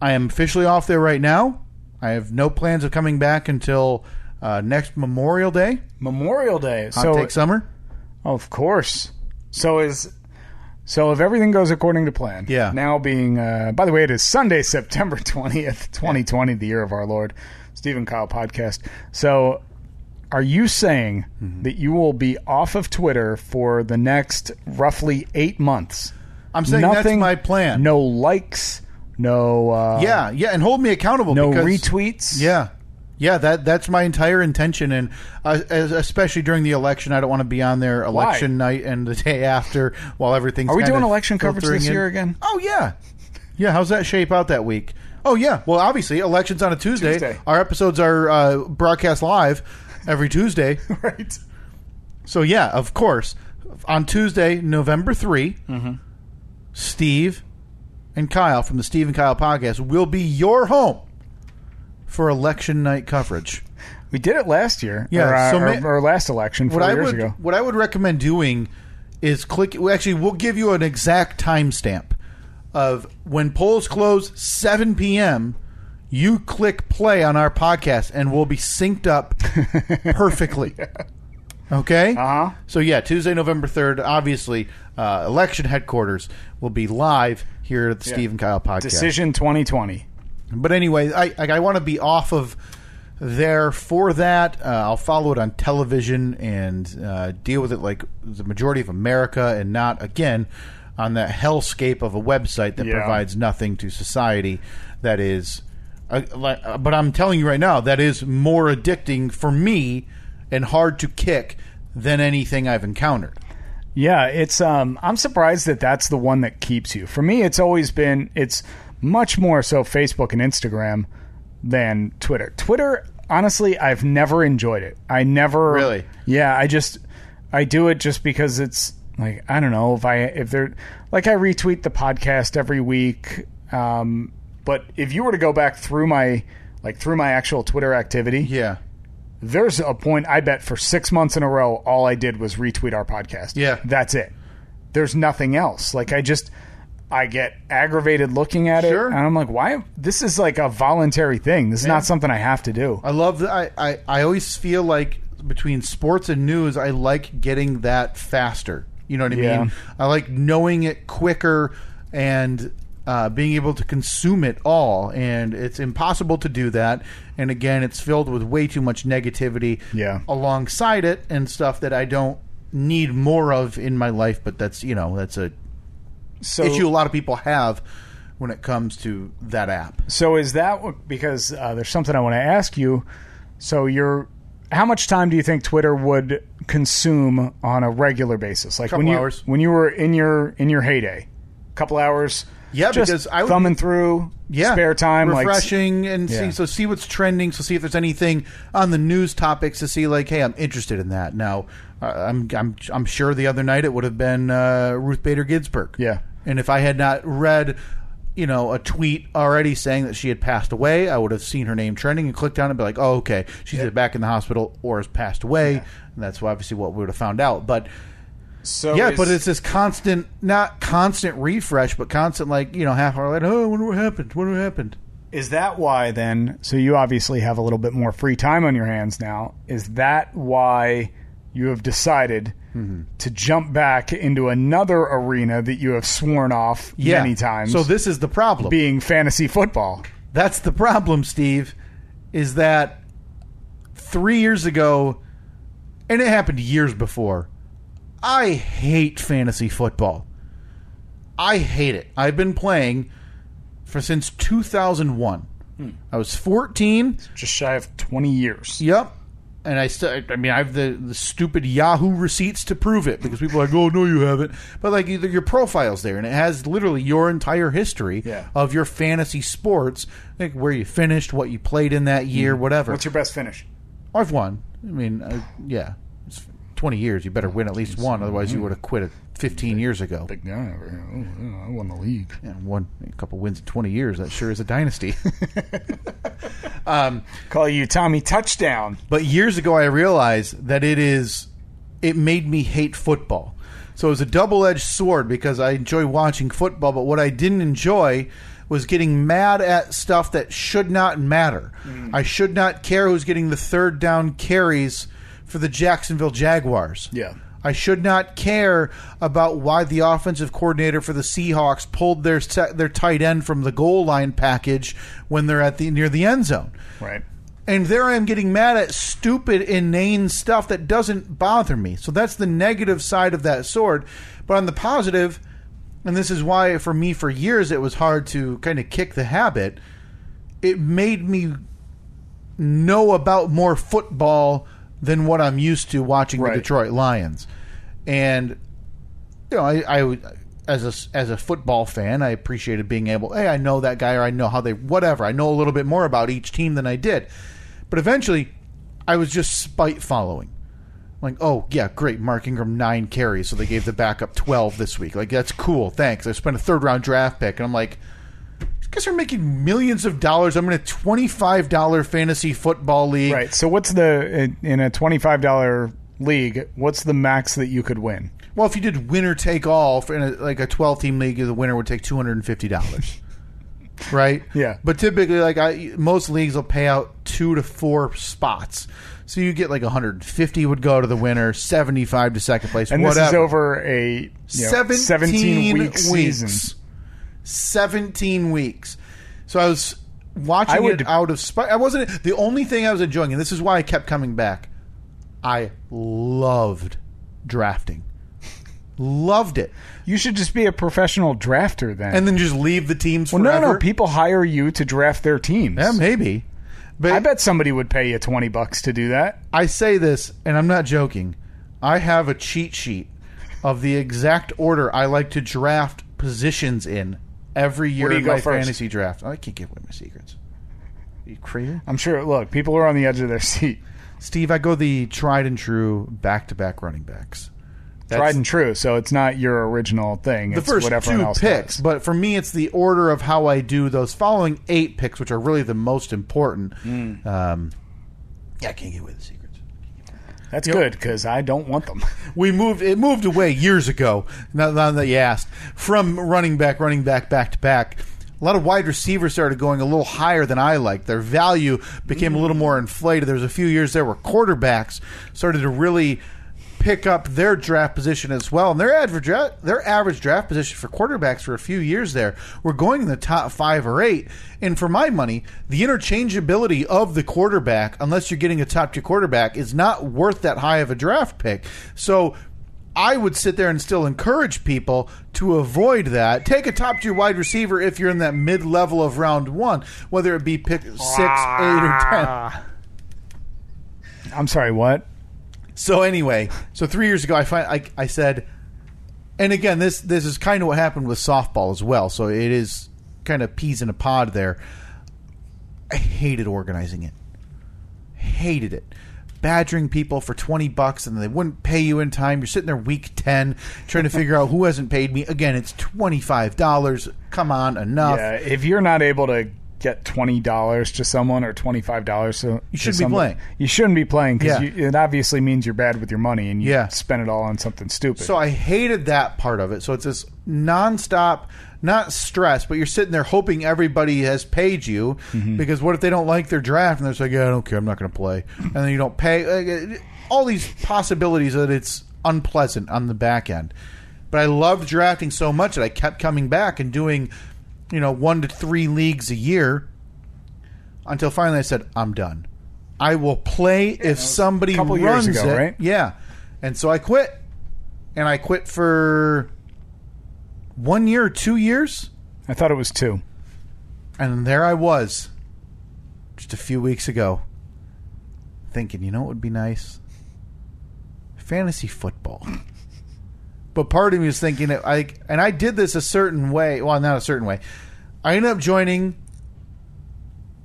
I am officially off there right now. I have no plans of coming back until uh, next Memorial Day. Memorial Day. Hot so take summer. of course. So is So if everything goes according to plan, Yeah. Now being, uh, by the way, it is Sunday, September twentieth, twenty twenty, the year of our Lord, Stephen Kyle podcast. So, are you saying Mm-hmm. that you will be off of Twitter for the next roughly eight months? I'm saying that's my plan. No likes, no. Uh, Yeah, yeah, and hold me accountable. No because, retweets. Yeah, yeah. That that's my entire intention, and uh, as, especially during the election, I don't want to be on there election night and the day after while everything's. Are we kinda doing election coverage filtering this in. year again? Oh yeah, yeah. How's that shape out that week? Oh yeah. Well, obviously, elections on a Tuesday. Tuesday. Our episodes are uh, broadcast live every Tuesday. Right. So yeah, of course, on Tuesday, November 3 Steve and Kyle from the Steve and Kyle podcast will be your home for election night coverage. We did it last year. Yeah, Or, uh, so or, ma- or last election four What I years would ago. what I would recommend doing is click. Well, actually, we'll give you an exact timestamp of when polls close 7 p.m. You click play on our podcast, and we'll be synced up perfectly. Okay. Uh-huh. So yeah, Tuesday, November third. Obviously, uh, election headquarters will be live here at the Steve and Kyle podcast. Decision 2020. But anyway, I I, I want to be off of there for that. Uh, I'll follow it on television and uh, deal with it like the majority of America, and not again on that hellscape of a website that Yeah. provides nothing to society. That is, uh, like, uh, but I'm telling you right now, that is more addicting for me and hard to kick than anything I've encountered. Yeah, it's um I'm surprised that that's the one that keeps you. For me it's always been it's much more so Facebook and Instagram than Twitter. Twitter honestly I've never enjoyed it. I never Really? Yeah, I just I do it just because it's like I don't know if I if they're like I retweet the podcast every week um but if you were to go back through my like through my actual Twitter activity Yeah. there's a point I bet for six months in a row, all I did was retweet our podcast. Yeah. That's it. There's nothing else. Like I just I get aggravated looking at Sure. it and I'm like, why this is like a voluntary thing. This is not something I have to do. I love that. I, I, I always feel like between sports and news, I like getting that faster. You know what I Yeah. mean? I like knowing it quicker and uh, being able to consume it all. And it's impossible to do that. And again, it's filled with way too much negativity Yeah. alongside it and stuff that I don't need more of in my life. But that's, you know, that's a So issue a lot of people have when it comes to that app. so is that what- because uh, there's something I want to ask you. So you're how much time do you think Twitter would consume on a regular basis? Like when Couple you hours. when you were in your in your heyday, couple hours. Yeah, just because I would- thumbing through yeah, spare time, like refreshing, and Yeah. see so see what's trending. So see if there's anything on the news topics to see like, hey, I'm interested in that. Now, uh, I'm I'm I'm sure the other night it would have been uh, Ruth Bader Ginsburg. Yeah. and if I had not read. You know, a tweet already saying that she had passed away. I would have seen her name trending and clicked on it and be like, oh, okay, she's either back in the hospital or has passed away. And that's obviously what we would have found out. But So yeah, is- but it's this constant, not constant refresh, but constant like you know half hour later. Oh, I wonder what happened. What happened? is that why then? So you obviously have a little bit more free time on your hands now. Is that why you have decided to jump back into another arena that you have sworn off many times? So this is the problem. being fantasy football. That's the problem, Steve. Is that three years ago, and it happened years before. I hate fantasy football. I hate it. I've been playing for since 2001. Hmm. I was 14. Just shy of twenty years. Yep. And I still, I mean, I have the, the stupid Yahoo receipts to prove it because people are like, oh, no, you haven't. But like, either your profile's there and it has literally your entire history Yeah. of your fantasy sports, like where you finished, what you played in that year, whatever. Mm. What's your best finish? I've won. I mean, uh, yeah. It's 20 years. You better win at least one. Otherwise, you would have quit it 15 years ago. Mm-hmm. Big guy over here. Oh, I won the league. And one, a couple wins in 20 years, that sure is a dynasty. Call you Tommy Touchdown. But years ago, I realized that it is, it made me hate football. So it was a double edged sword because I enjoy watching football, but what I didn't enjoy was getting mad at stuff that should not matter. I should not care who's getting the third down carries for the Jacksonville Jaguars. Yeah. I should not care about why the offensive coordinator for the Seahawks pulled their set, their tight end from the goal line package when they're at the near the end zone. Right. And there I am getting mad at stupid, inane stuff that doesn't bother me. So that's the negative side of that sword. But on the positive, and this is why for me for years it was hard to kind of kick the habit, it made me know about more football than what I'm used to watching Right. the Detroit Lions. And you know, I, I as a as a football fan, I appreciated being able. Hey, I know that guy, or I know how they, whatever. I know a little bit more about each team than I did. But eventually, I was just spite following. Like, oh yeah, great, Mark Ingram nine carries, so they gave the backup twelve this week. Like that's cool, thanks. I spent a third round draft pick, and I'm like, these guys are making millions of dollars. I'm in a twenty five dollar fantasy football league. Right. So what's the in- in a twenty five dollar league? What's the max that you could win? Well, if you did winner take all for in a, like a twelve team league, the winner would take two hundred and fifty dollars. right? Yeah. But typically, like I, most leagues will pay out two to four spots, so you get like one hundred and fifty would go to the winner, seventy five to second place, And whatever. this is over a you know, 17, week weeks. season. 17 weeks. So I was watching I would- it out of spite. I wasn't the only thing I was enjoying, and this is why I kept coming back. I loved drafting. loved it. You should just be a professional drafter then. And then just leave the teams well, no, forever. no. People hire you to draft their teams. yeah, maybe. But I bet somebody would pay you twenty bucks to do that. I say this, and I'm not joking. I have a cheat sheet of the exact order I like to draft positions in every year do you in go my first? fantasy draft. I can't give away my secrets. Are you crazy? I'm sure. Look, people are on the edge of their seat. Steve, I go the tried and true back to back running backs. That's Tried and true. So it's not your original thing. the it's first what everyone two else picks, does. but for me, it's the order of how I do those following eight picks, which are really the most important. Mm. Um, yeah, I can't get away with the secrets. That's good because I don't want them. We moved it moved away years ago. Now, now that you asked, from running back, running back, back to back. A lot of wide receivers started going a little higher than I liked. Their value became a little more inflated. There was a few years there where quarterbacks started to really pick up their draft position as well. And their average dra- their average draft position for quarterbacks for a few years there were going in the top five or eight. And for my money, the interchangeability of the quarterback, unless you're getting a top tier quarterback, is not worth that high of a draft pick. So I would sit there and still encourage people to avoid that. Take a top tier wide receiver if you're in that mid level of round one, whether it be pick six, eight, or ten. I'm sorry. What? So anyway, so three years ago, I find I, I said, and again, this this is kind of what happened with softball as well. So it is kind of peas in a pod there. I hated organizing it. Hated it. Badgering people for twenty bucks and they wouldn't pay you in time. You're sitting there week ten trying to figure out who hasn't paid me. Again, it's twenty five dollars. Come on, enough. Yeah, if you're not able to get twenty dollars to someone or twenty five dollars, to you shouldn't be playing. You shouldn't be playing Yeah. because it obviously means you're bad with your money and you Yeah. spend it all on something stupid. So I hated that part of it. So it's this nonstop, not stress, but you're sitting there hoping everybody has paid you because what if they don't like their draft and they're just like, yeah, I don't care, I'm not going to play, and then you don't pay. Like, uh, All these possibilities that it's unpleasant on the back end. But I loved drafting so much that I kept coming back and doing, you know, one to three leagues a year until finally I said, I'm done. I will play if somebody couple years runs ago, it. right? Yeah. And so I quit. And I quit for one year or two years. I thought it was two. And there I was just a few weeks ago thinking, you know what would be nice? Fantasy football. but part of me was thinking, that I, and I did this a certain way. Well, not a certain way. I ended up joining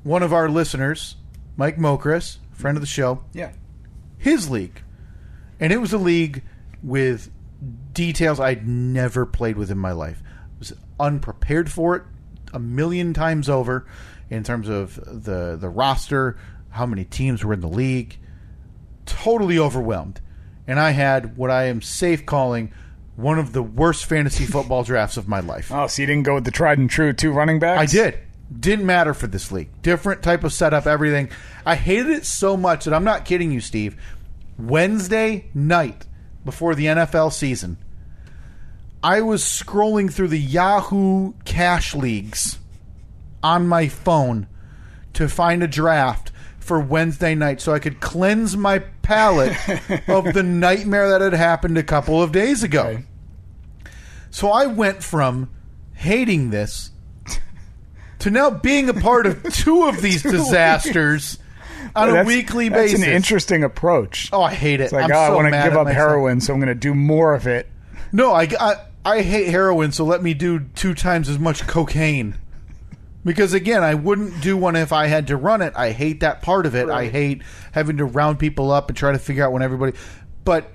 one of our listeners, Mike Mokris, friend of the show Yeah. his league. And it was a league with details I'd never played with in my life. I was unprepared for it a million times over in terms of the the roster, how many teams were in the league. Totally overwhelmed. And I had what I am safe calling one of the worst fantasy football drafts of my life. Oh, so you didn't go with the tried and true two running backs? I did. Didn't matter for this league. Different type of setup, everything. I hated it so much that I'm not kidding you, Steve. Wednesday night, before the NFL season, I was scrolling through the Yahoo cash leagues on my phone to find a draft for Wednesday night so I could cleanse my palate of the nightmare that had happened a couple of days ago. Right. So I went from hating this to now being a part of two of these disasters on a That's- weekly that's basis. an interesting approach. Oh, I hate it. It's like, I'm oh, so I want mad to give at up myself. heroin, so I'm going to do more of it. No, I, I I hate heroin, so let me do two times as much cocaine. Because again, I wouldn't do one if I had to run it. I hate that part of it. I hate having to round people up and try to figure out when everybody. But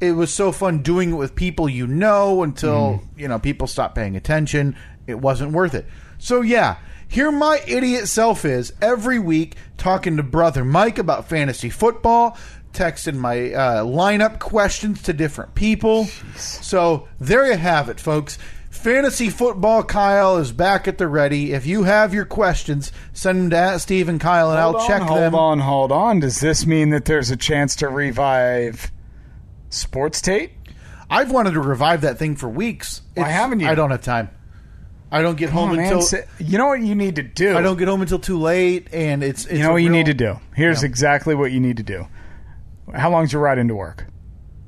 it was so fun doing it with people you know until you know people stop paying attention. It wasn't worth it. So yeah, here my idiot self is every week talking to brother Mike about fantasy football, texting my uh, lineup questions to different people. So there you have it, folks. Fantasy football Kyle is back at the ready. If you have your questions, send them to at Steve and Kyle, and I'll hold check on, hold them. on, hold on. Does this mean that there's a chance to revive sports tape? I've wanted to revive that thing for weeks. Why It's- haven't you? I don't have time. I don't get Oh, home man, until si- you know what you need to do. I don't get home until too late, and it's, it's you know a what you real- need to do. Here's Yeah. exactly what you need to do. How long's your ride into work?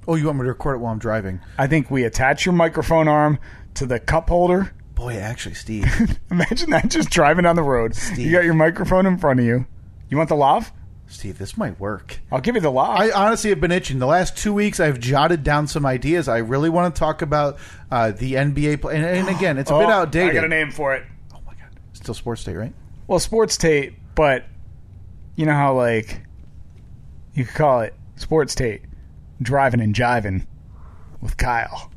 Oh, you want me to record it while I'm driving? I think we attach your microphone arm to the cup holder. Boy, actually, Steve, Imagine that just driving down the road. Steve. You got your microphone in front of you. You want the lav? Steve, this might work. I'll give you the lav. I honestly have been itching. The last two weeks, I've jotted down some ideas. I really want to talk about uh, the NBA, play- and, and again, it's a bit Oh, outdated. I got a name for it. Oh my god, still sports day, right? Well, sports tape, but you know how like you could call it sports tape, driving and jiving with Kyle.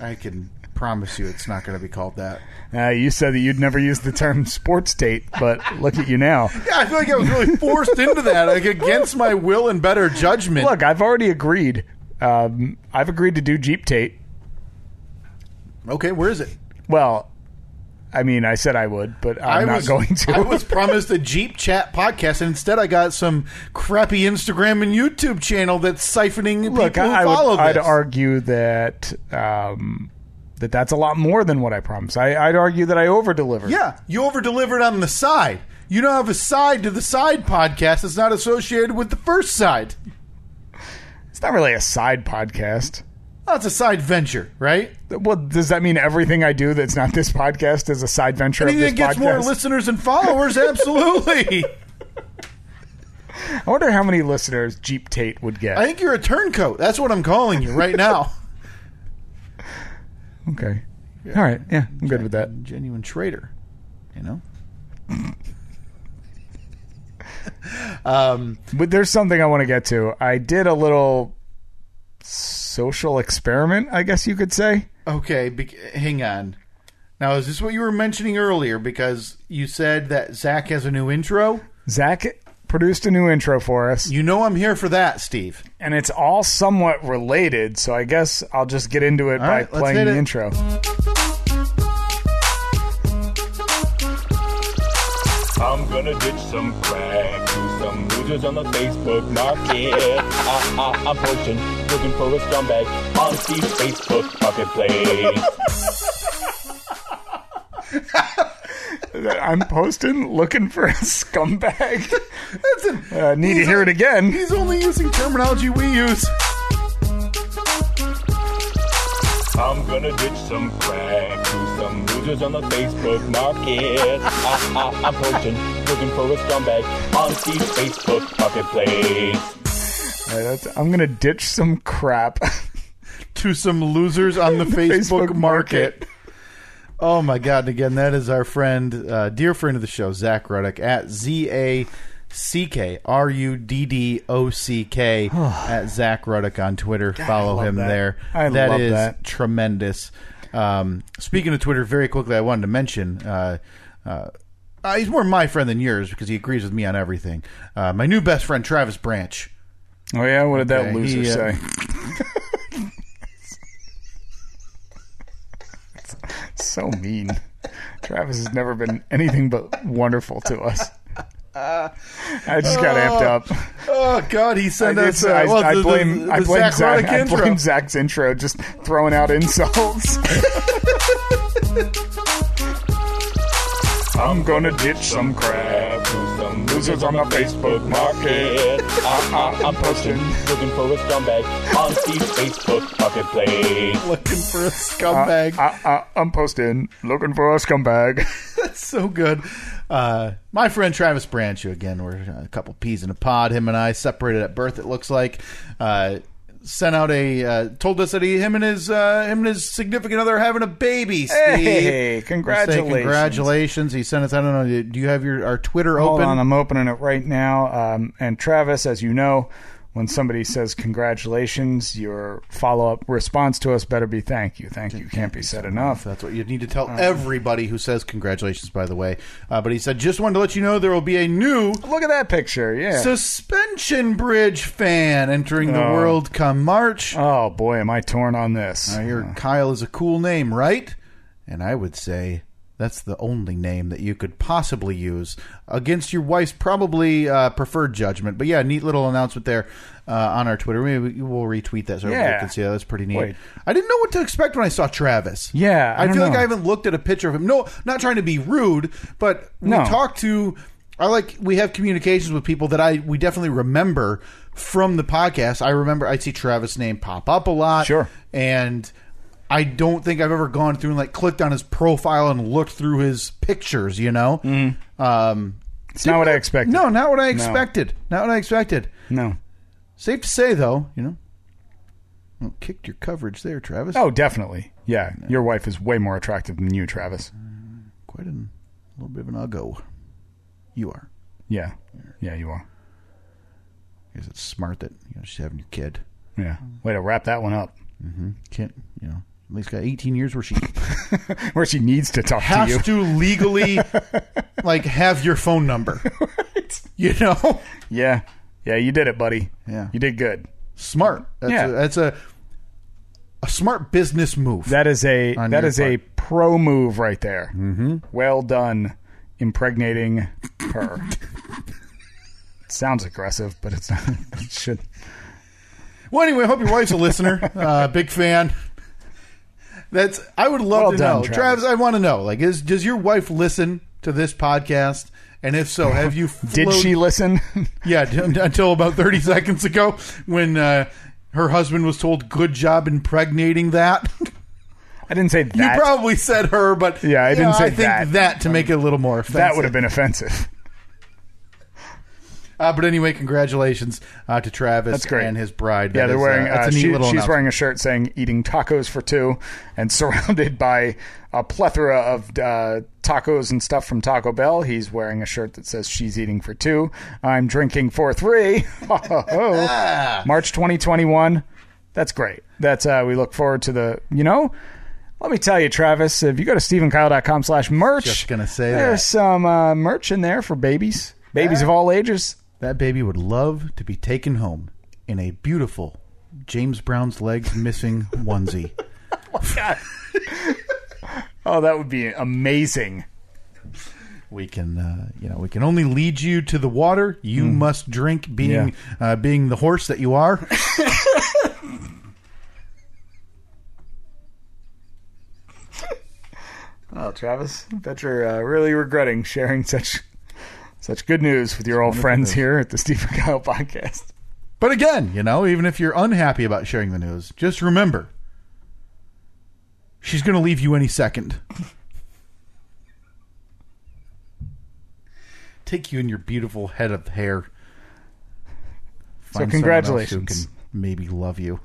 I can promise you, it's not going to be called that. Uh, you said that you'd never use the term sports tape, but look at you now. Yeah, I feel like I was really forced into that, like against my will and better judgment. Look, I've already agreed. Um, I've agreed to do Jeep tape. okay, where is it? Well, I mean, I said I would, but I'm not going to. I was promised a Jeep Chat podcast, and instead I got some crappy Instagram and YouTube channel that's siphoning Look, people who I, I follow would, I'd this. argue that um, that that's a lot more than what I promised. I, I'd argue that I over delivered. yeah, you over delivered on the side. You don't have a side to the side podcast that's not associated with the first side. It's not really a side podcast. That's a side venture, right? Well, does that mean everything I do that's not this podcast is a side venture of Anything this that gets podcast? more listeners and followers, absolutely. I wonder how many listeners Jeep Tate would get. I think you're a turncoat. That's what I'm calling you right now. okay. All right. Yeah, I'm good with that. genuine traitor, you know. um, But there's something I want to get to. I did a little social experiment, I guess you could say. okay, bec hang on. Now, is this what you were mentioning earlier? Because you said that Zach has a new intro. Zach produced a new intro for us, You know I'm here for that, Steve. and it's all somewhat related, so I guess I'll just get into it by right, let's playing hit the it. intro. I'm gonna ditch some crack to some losers on the Facebook market. I, I, I'm pushing, looking for a scumbag on the Facebook marketplace. I'm posting looking for a scumbag. Uh, need to hear it again. He's only using terminology we use. I'm gonna ditch some crack to some losers on the Facebook market. I, I, I'm pushing, looking for a scumbag on the Facebook marketplace. All right, that's- I'm gonna ditch some crap. To some losers on the, Facebook, Facebook market. market. Oh my God! And again, that is our friend, uh, dear friend of the show, Zach Ruddick at Z A C K R U D D O C K at Zach Ruddick on Twitter. Follow love him that. there. I That love is that. tremendous. Um, speaking of Twitter, very quickly, I wanted to mention. Uh, uh, uh, he's more my friend than yours because he agrees with me on everything. Uh, my new best friend, Travis Branch. oh yeah, what did that Okay, loser he, uh, say? so mean. Travis has never been anything but wonderful to us. I just got amped up. Oh God, he sent us. It's- Uh, I, well, I the- the- blame the I blame Zach Zach, Rodick I intro. blame Zach's intro just throwing out insults. I'm gonna ditch some crap to some losers on the Facebook market. I, I, I'm posting, looking for a scumbag on the Facebook marketplace. looking Uh, for a scumbag. I, I, I'm posting looking for a scumbag. That's so good. Uh, my friend Travis Branchu again. We're a couple peas in a pod. Him and I separated at birth. It looks like. Uh, sent out a uh, told us that he him and his uh, him and his significant other are having a baby. Steve. Hey, We say congratulations. congratulations! He sent us. I don't know. Do you have your our Twitter Hold open? on, I'm opening it right now. Um, and Travis, as you know, when somebody says congratulations, your follow up response to us better be thank you. Thank you can't be said enough. That's what you need to tell Uh-huh. everybody who says congratulations. By the way, uh, but he said just wanted to let you know there will be a new Look at that picture. Yeah. suspension bridge fan entering the Oh. world come March. oh boy, am I torn on this. I hear Kyle is a cool name, right? And I would say that's the only name that you could possibly use against your wife's probably uh, preferred judgment. But yeah, neat little announcement there uh, on our Twitter. Maybe we- we'll retweet that so everybody Yeah. can see that. That's pretty neat. Wait. I didn't know what to expect when I saw Travis. Yeah, I, I don't feel like know. I haven't looked at a picture of him. No, not trying to be rude, but we No. talked to. I like we have communications with people that I we definitely remember from the podcast. I remember I see Travis' name pop up a lot. Sure. And I don't think I've ever gone through and like clicked on his profile and looked through his pictures, you know? Mm-hmm. Um, It's not what I expected. no, not what I expected. Not what I expected. No. Safe to say, though, you know, well, kicked your coverage there, Travis. Oh, definitely. Yeah, your wife is way more attractive than you, Travis. Quite an, a little bit of an uggo. You are. Yeah. Yeah, you are. I guess it's smart that you know she's having your kid. Yeah. Way to wrap that one up. Can't you know? At least got 18 years where she Where she needs to talk to you. has to legally like have your phone number. You know, Yeah. Yeah, you did it, buddy. Yeah. You did good. smart. That's Yeah. a, that's a a smart business move. That is a On that your is a pro move right there. Mm-hmm. Well done, impregnating her. Sounds aggressive, but it's not. It should. well, anyway, I hope your wife's a listener, uh, big fan. That's I would love Well to done, know, Travis. I want to know, like, is does your wife listen to this podcast? And if so, have you Did floated- she listen? Yeah, d- until about 30 seconds ago when uh, her husband was told, good job impregnating that. I didn't say you that. probably said her, but Yeah, I you didn't know, say I think that, that. to make it a little more offensive. that would have been offensive. Uh, but anyway, congratulations uh, to Travis That's great. and his bride. Yeah, That they're is, uh, wearing. that's uh, a neat she- little she's announcement. wearing a shirt saying "Eating tacos for two and surrounded by a plethora of uh, tacos and stuff from Taco Bell. He's wearing a shirt that says "She's eating for two. I'm drinking for three. Ho, ho, Ah. ho. March 2021. That's great. That's uh, we look forward to the. You know. Let me tell you, Travis, if you go to stephenkyle.com slash merch, Just gonna say there's that. some uh, merch in there for babies, babies of all ages. That baby would love to be taken home in a beautiful James Brown's legs missing onesie. Oh, that would be amazing. we can uh, you know we can only lead you to the water you must drink being Hmm. Yeah. uh, being the horse that you are Oh, Travis, I bet you're uh, really regretting sharing such such good news with your old friends here at the Stephen Kyle podcast. but again you know even if you're unhappy about sharing the news just remember she's going to leave you any second take you in your beautiful head of hair Find someone else who congratulations. can maybe love you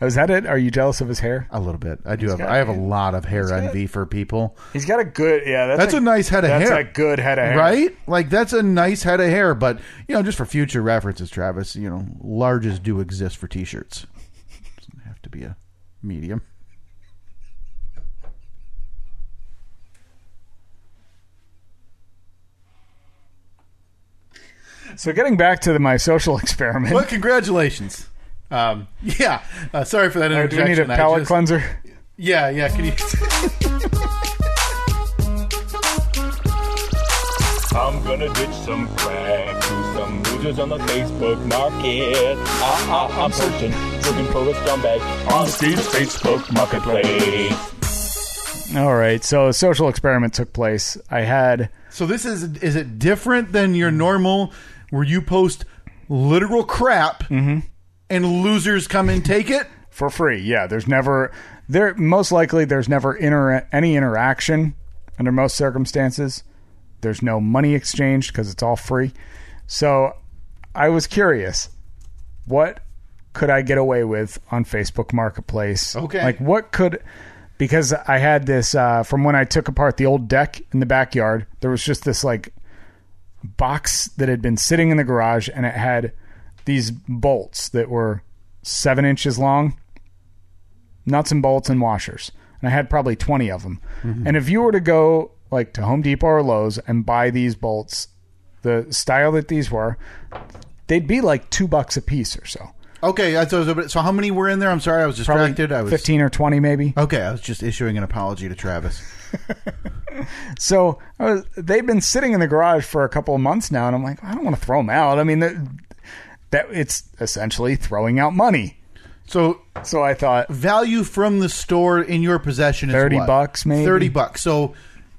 Oh, is that it? Are you jealous of his hair? a little bit i do have got- i have a lot of hair envy for people He's got a good, yeah. That's, That's a nice head of that's hair. a good head of hair, Right? Like that's a nice head of hair, but you know, just for future references, Travis, you know, larges do exist for t-shirts. Doesn't have to be a medium. So, getting back to the, my social experiment, But congratulations. Um, yeah. Uh, sorry for that Uh, do we interjection. need a I palate just- cleanser? Yeah, yeah. Can you? I'm gonna ditch some crack to some losers on the Facebook market. I, I, I'm searching, looking for a scumbag on Steve's Facebook marketplace. All right. So a social experiment took place. I had So this is is it different than your normal where you post literal crap Mm-hmm. and losers come and take it? for free. Yeah, there's never there most likely there's never inter- any interaction under most circumstances. There's no money exchanged because it's all free. So I was curious, what could I get away with on Facebook Marketplace? Okay. like what could because I had this uh, from when I took apart the old deck in the backyard. There was just this like box that had been sitting in the garage and it had these bolts that were seven inches long nuts and bolts and washers and i had probably 20 of them Mm-hmm. and if you were to go like to home depot or lowes and buy these bolts the style that these were they'd be like two bucks a piece or so Okay, I- so, so how many were in there? I'm sorry, I was Probably distracted. I was 15 or 20 maybe Okay, I was just issuing an apology to Travis. So I was, they've been sitting in the garage for a couple of months now, and I'm like, I don't want to throw them out. I mean, that, that it's essentially throwing out money. So So I thought, value from the store in your possession is 30 what? bucks, maybe? 30 bucks. So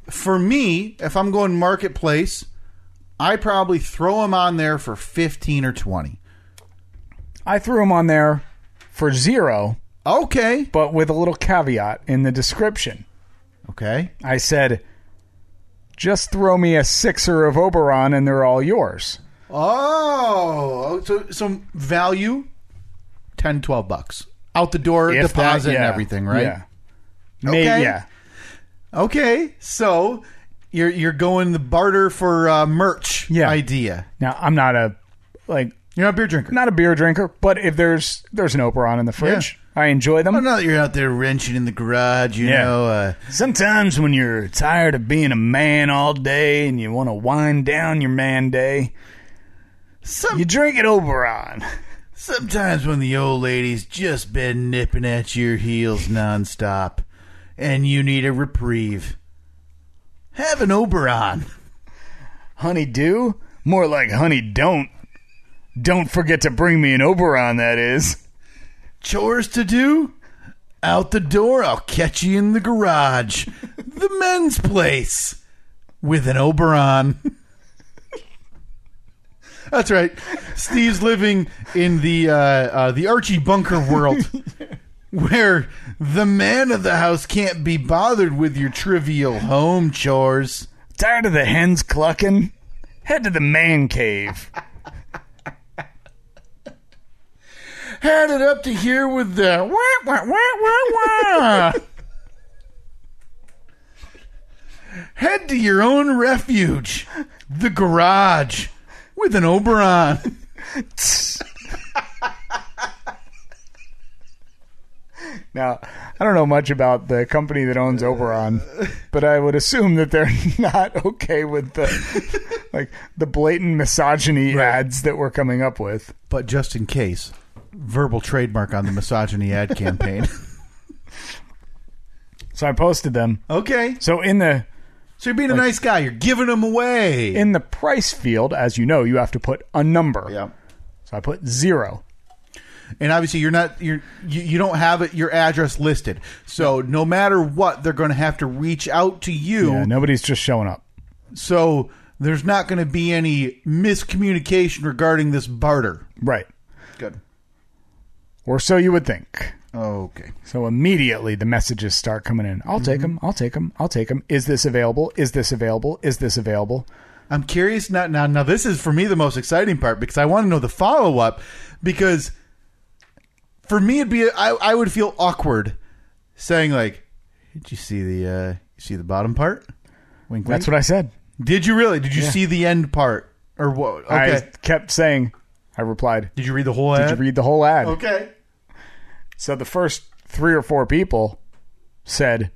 for me, if I'm going marketplace, I probably throw them on there for 15 or 20. I threw them on there for zero, Okay. but with a little caveat in the description. Okay. I said, just throw me a sixer of Oberon, and they're all yours. Oh, so so value 10 12 bucks. Out the door If that- deposit and yeah, everything, right? Yeah. Maybe, Okay. yeah. Okay. So you're you're going the barter for uh, merch Yeah. idea. Now, I'm not a, like, You're not a beer drinker. not a beer drinker, but if there's there's an Oberon in the fridge, I enjoy them. Oh, not that you're out there wrenching in the garage, you Yeah. know. Uh, Sometimes when you're tired of being a man all day and you want to wind down your man day, some, you drink it Oberon. sometimes when the old lady's just been nipping at your heels nonstop, and you need a reprieve, have an Oberon. Honey do? More like honey don't. Don't forget to bring me an Oberon, that is. Chores to do. Out the door, I'll catch you in the garage, the men's place, with an Oberon. That's right. Steve's living in the uh, uh, the Archie Bunker world, where the man of the house can't be bothered with your trivial home chores. Tired of the hens clucking? Head to the man cave. Had it up to here with the wah, wah, wah, wah, wah. Head to your own refuge, the garage, with an Oberon. Now, I don't know much about the company that owns Oberon, but I would assume that they're not okay with the like the blatant misogyny ads that we're coming up with. But just in case, verbal trademark on the misogyny ad campaign. So I posted them. okay, So in the so you're being a nice guy. You're giving them away. in the price field, as you know, you have to put a number. yeah. So I put zero. and obviously you're not you're you, you don't have it, your address listed so no matter what they're going to have to reach out to you Yeah, nobody's just showing up. so there's not going to be any miscommunication regarding this barter Right. good Or so you would think. okay So immediately the messages start coming in. I'll take Mm-hmm. them. I'll take them. I'll take them. Is this available? Is this available? Is this available? i'm curious now now now this is for me the most exciting part because i want to know the follow-up because for me it'd be i, I would feel awkward saying like did you see the uh you see the bottom part wink, That's wink. what I said. did you really did you see the end part or what okay I kept saying. I replied. Did you read the whole Did you read the whole ad? Okay. So the first three or four people said,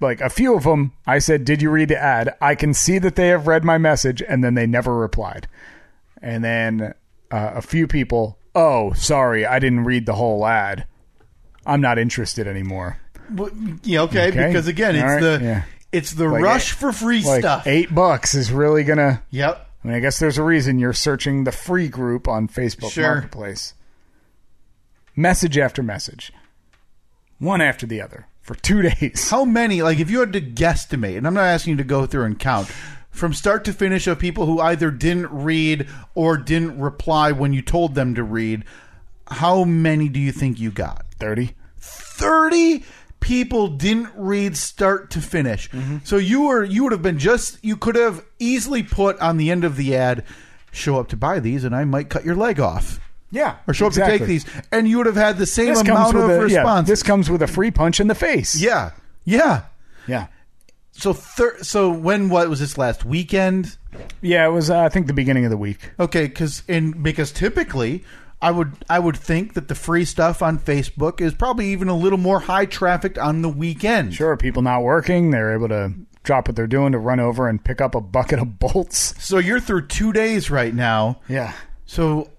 like a few of them, I said, Did you read the ad? I can see that they have read my message, and then they never replied. And then uh, a few people, Oh, sorry, I didn't read the whole ad. I'm not interested anymore. Yeah, okay, Okay. because again, it's All right, the yeah. It's the Like rush eight- for free like eh, stuff. eight bucks is really gonna. Yep. I mean, I guess there's a reason you're searching the free group on Facebook Sure. Marketplace. Message after message, one after the other, for two days. How many? Like, if you had to guesstimate, and I'm not asking you to go through and count from start to finish of people who either didn't read or didn't reply when you told them to read. How many do you think you got? Thirty. 30 people didn't read start to finish. Mm-hmm. So you were you would have been just you could have easily put on the end of the ad show up to buy these and I might cut your leg off Yeah. or show exactly. up to take these and you would have had the same This comes amount with of a yeah, response. this comes with a free punch in the face. yeah. Yeah. Yeah. So thir- so when what was this last weekend? Yeah, it was uh, I think the beginning of the week. Okay, because and because typically I would I would think that the free stuff on Facebook is probably even a little more high trafficked on the weekend. Sure, people not working, they're able to drop what they're doing to run over and pick up a bucket of bolts. So you're through two days right now. Yeah. So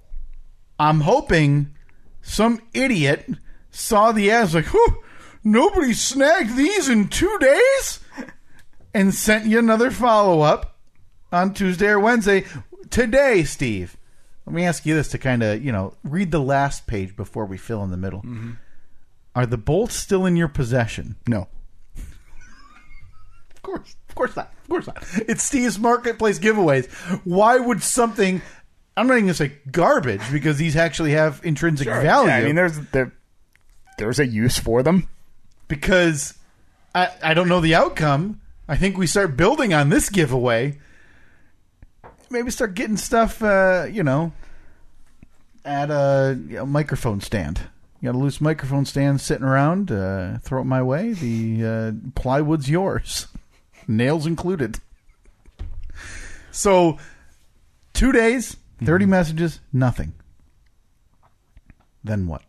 I'm hoping some idiot saw the ads like, "Whew, nobody snagged these in two days," and sent you another follow up on Tuesday or Wednesday today, Steve. Let me ask you this to kind of you know read the last page before we fill in the middle. Are the bolts still in your possession? No. Of course, of course not. Of course not. It's Steve's marketplace giveaways. Why would something? I'm not even gonna say garbage because these actually have intrinsic value. Yeah, I mean there's there, there's a use for them. because I I don't know the outcome. I think we start building on this giveaway. Maybe start getting stuff. Uh, you know, at a you know, microphone stand. You got a loose microphone stand sitting around. Uh, throw it my way. The uh, plywood's yours, nails included. So, two days, 30 messages, nothing. Then what?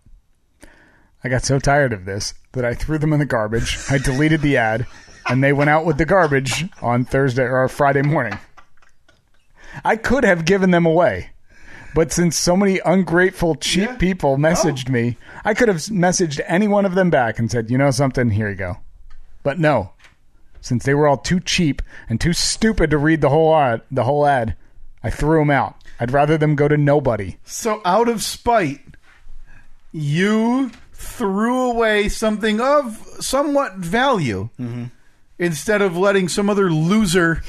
I got so tired of this that I threw them in the garbage. I deleted the ad and they went out with the garbage on Thursday or Friday morning. I could have given them away. But since so many ungrateful, cheap Yeah. people messaged me, I could have messaged any one of them back and said, you know something, here you go. But no, since they were all too cheap and too stupid to read the whole ad, the whole ad, I threw them out. I'd rather them go to nobody. So out of spite, you threw away something of somewhat value instead of letting some other loser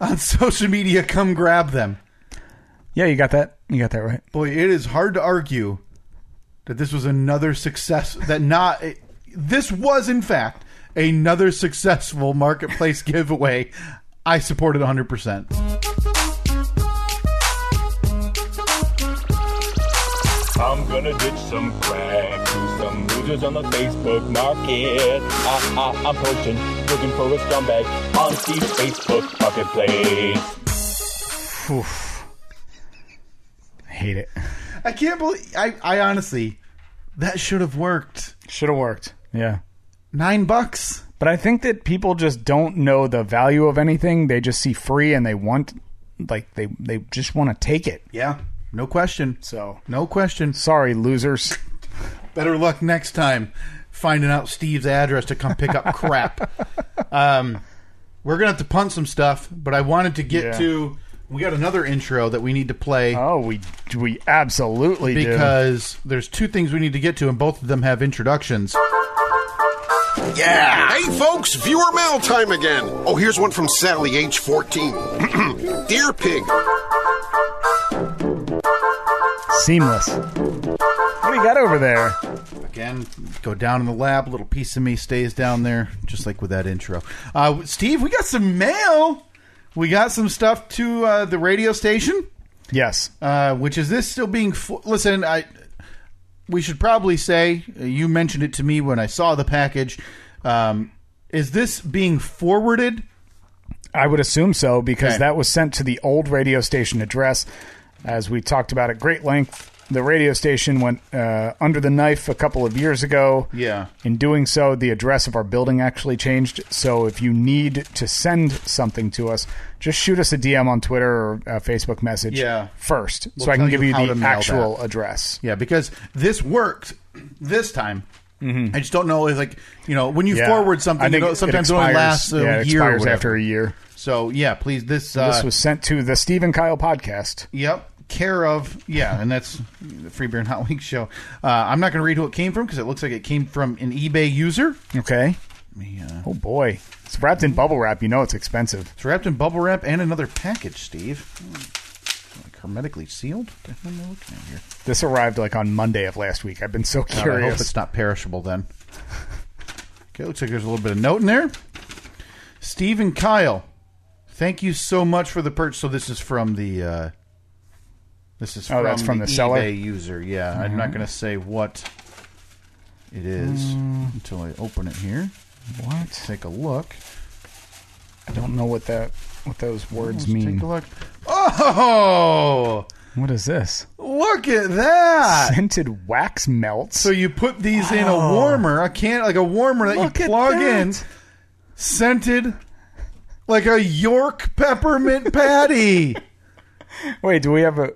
on social media come grab them. Yeah, you got that. You got that right. Boy, it is hard to argue that this was another success. That not this was in fact another successful marketplace giveaway. I supported 100. percent I'm gonna ditch some crack to some losers on the Facebook market. I, I, I'm poaching, looking for a scumbag on the Facebook marketplace. Oof. I hate it. I can't believe. I, I honestly, that should have worked. Should have worked. Yeah. Nine bucks. But I think that people just don't know the value of anything. They just see free and they want like they they just want to take it. Yeah, no question. So, No question. sorry losers. Better luck next time finding out Steve's address to come pick up crap. Um, we're gonna have to punt some stuff, but I wanted to get Yeah. to. We got another intro that we need to play Oh, we we absolutely because there's two things we need to get to, and both of them have introductions. Yeah! Hey, folks, viewer mail time again. Oh, here's one from Sally, age 14. Dear Pig, do. Seamless. What do you got over there? Again, go down in the lab. Little piece of me stays down there, just like with that intro. Uh, Steve, we got some mail. We got some stuff to uh, the radio station. Yes. uh, which is this still being fo- listen i we should probably say uh, you mentioned it to me when i saw the package um, is this being forwarded I would assume so because Okay. that was sent to the old radio station address. As we talked about at great length, the radio station went uh, under the knife a couple of years ago. Yeah. In doing so, the address of our building actually changed. So if you need to send something to us, just shoot us a DM on Twitter or a Facebook message Yeah. first We'll so I tell can give you you how to the mail actual address. yeah because this worked this time I just don't know if like you know when you Mm-hmm. Yeah. forward I something, you think know, it sometimes it only expires- lasts a yeah, it year. Or expires whatever. after a year. So yeah, please this uh, This was sent to the Steve and Kyle podcast. Yep. Care of yeah, and that's the Free Beer and Hot Wings show. Uh, I'm not going to read who it came from because it looks like it came from an eBay user. Okay. Let me, uh, Oh boy, it's wrapped in bubble wrap. You know it's expensive. it's wrapped in bubble wrap and another package, Steve. Hmm. Like hermetically sealed. What the hell am I looking at here? This arrived like on Monday of last week. I've been so God, I hope curious. it's not perishable then. Okay, looks like there's a little bit of note in there. Steve and Kyle, thank you so much for the purchase. So this is from the. Uh, this is Oh, from, that's from the eBay seller? Mm-hmm. user. Yeah, I'm not going to say what it is Mm. until I open it here. what? Take a look. I don't know what that what those words Let's mean. Take a look. Oh, What is this? look at that! Scented wax melts. Ah. So you put these in a warmer, a can like a warmer that Look you at plug in, that. scented like a York peppermint patty. Wait, do we have a?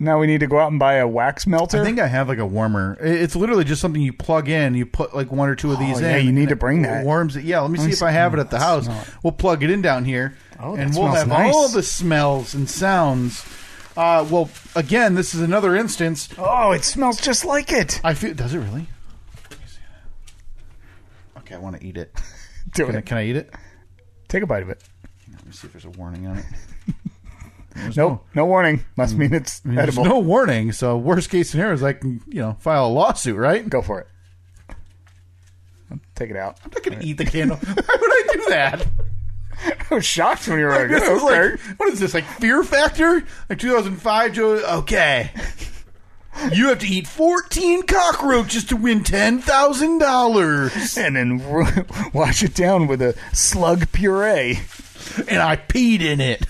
Now we need to go out and buy a wax melter. I think I have like a warmer. I- It's literally just something you plug in. You put like one or two of these Oh, yeah, in. you need and to bring it that. Warms it. Yeah, let me see if I have it at the house. We'll plug it in down here, Oh, that and we'll smells have nice. all the smells and sounds. Uh, well, again, this is another instance. oh, it smells just like it. I feel. Does it really? Let me see that. Okay, I want to eat it. Do Can I, it. can I eat it? Take a bite of it. Let me see if there's a warning on it. There's Nope. No warning. Must mean it's no- There's edible. no warning, so worst case scenario is I can, you know, file a lawsuit, right? Go for it. Take it out. I'm not going to eat the candle. Why would I do that? I was shocked when you were like, This "Oh, is okay. like, what is this, like Fear Factor? Like 2005 to, okay. You have to eat 14 cockroaches to win $10,000. and then ru- wash it down with a slug puree. And I peed in it.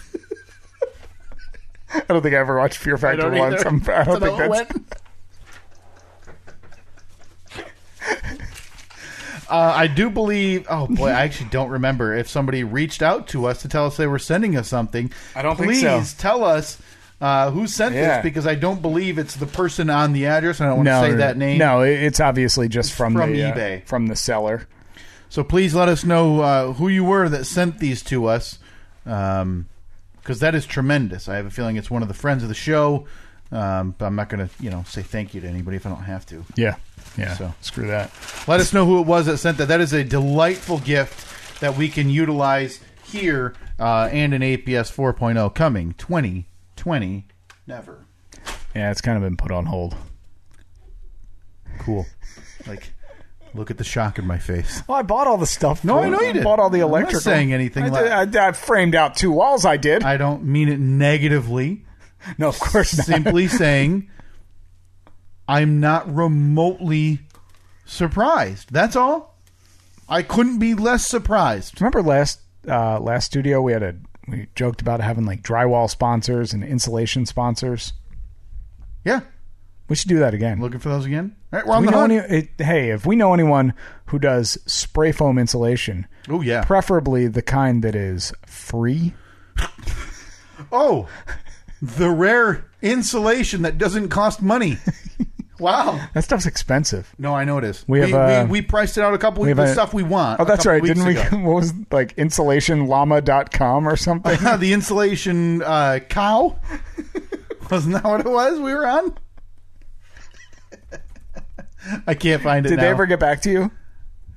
I don't think I ever watched Fear Factor once. I'm, I don't think that's. Uh, I do believe. Oh boy, I actually don't remember if somebody reached out to us to tell us they were sending us something. I don't think Please so. tell us uh, who sent Yeah. this because I don't believe it's the person on the address. and I don't want No, to say no, that name. No, it- it's obviously just from, from the, uh, eBay. from the seller. So please let us know uh, who you were that sent these to us, because that is tremendous. I have a feeling it's one of the friends of the show. Um, but I'm not going to, you know, say thank you to anybody if I don't have to. Yeah, yeah. So. screw that. Let us know who it was that sent that. That is a delightful gift that we can utilize here uh, and in APS 4.0 coming 2020. Never. Yeah, it's kind of been put on hold. Cool. Like, look at the shock in my face. Well, I bought all the stuff. No, I know you did. Bought all the I'm not electrical. saying anything I, like- did- I, I framed out two walls. I did. I don't mean it negatively. no, of course not. Simply saying, I'm not remotely surprised. That's all. I couldn't be less surprised. Remember last uh, last studio we had a we joked about having like drywall sponsors and insulation sponsors. Yeah. We should do that again. Looking for those again? All right, we're on we the know hunt. any, it, hey, if we know anyone who does spray foam insulation, Oh, yeah. preferably the kind that is free. Oh, the rare insulation that doesn't cost money. Wow. That stuff's expensive. No, I know it is. We have, we, uh, we, priced it out a couple of have the a- stuff we want. Oh, a that's couple right. weeks Didn't we? ago. What was like insulationllama.com or something? the insulation uh, cow? Wasn't that what it was we were on? I can't find it Did now. they ever get back to you?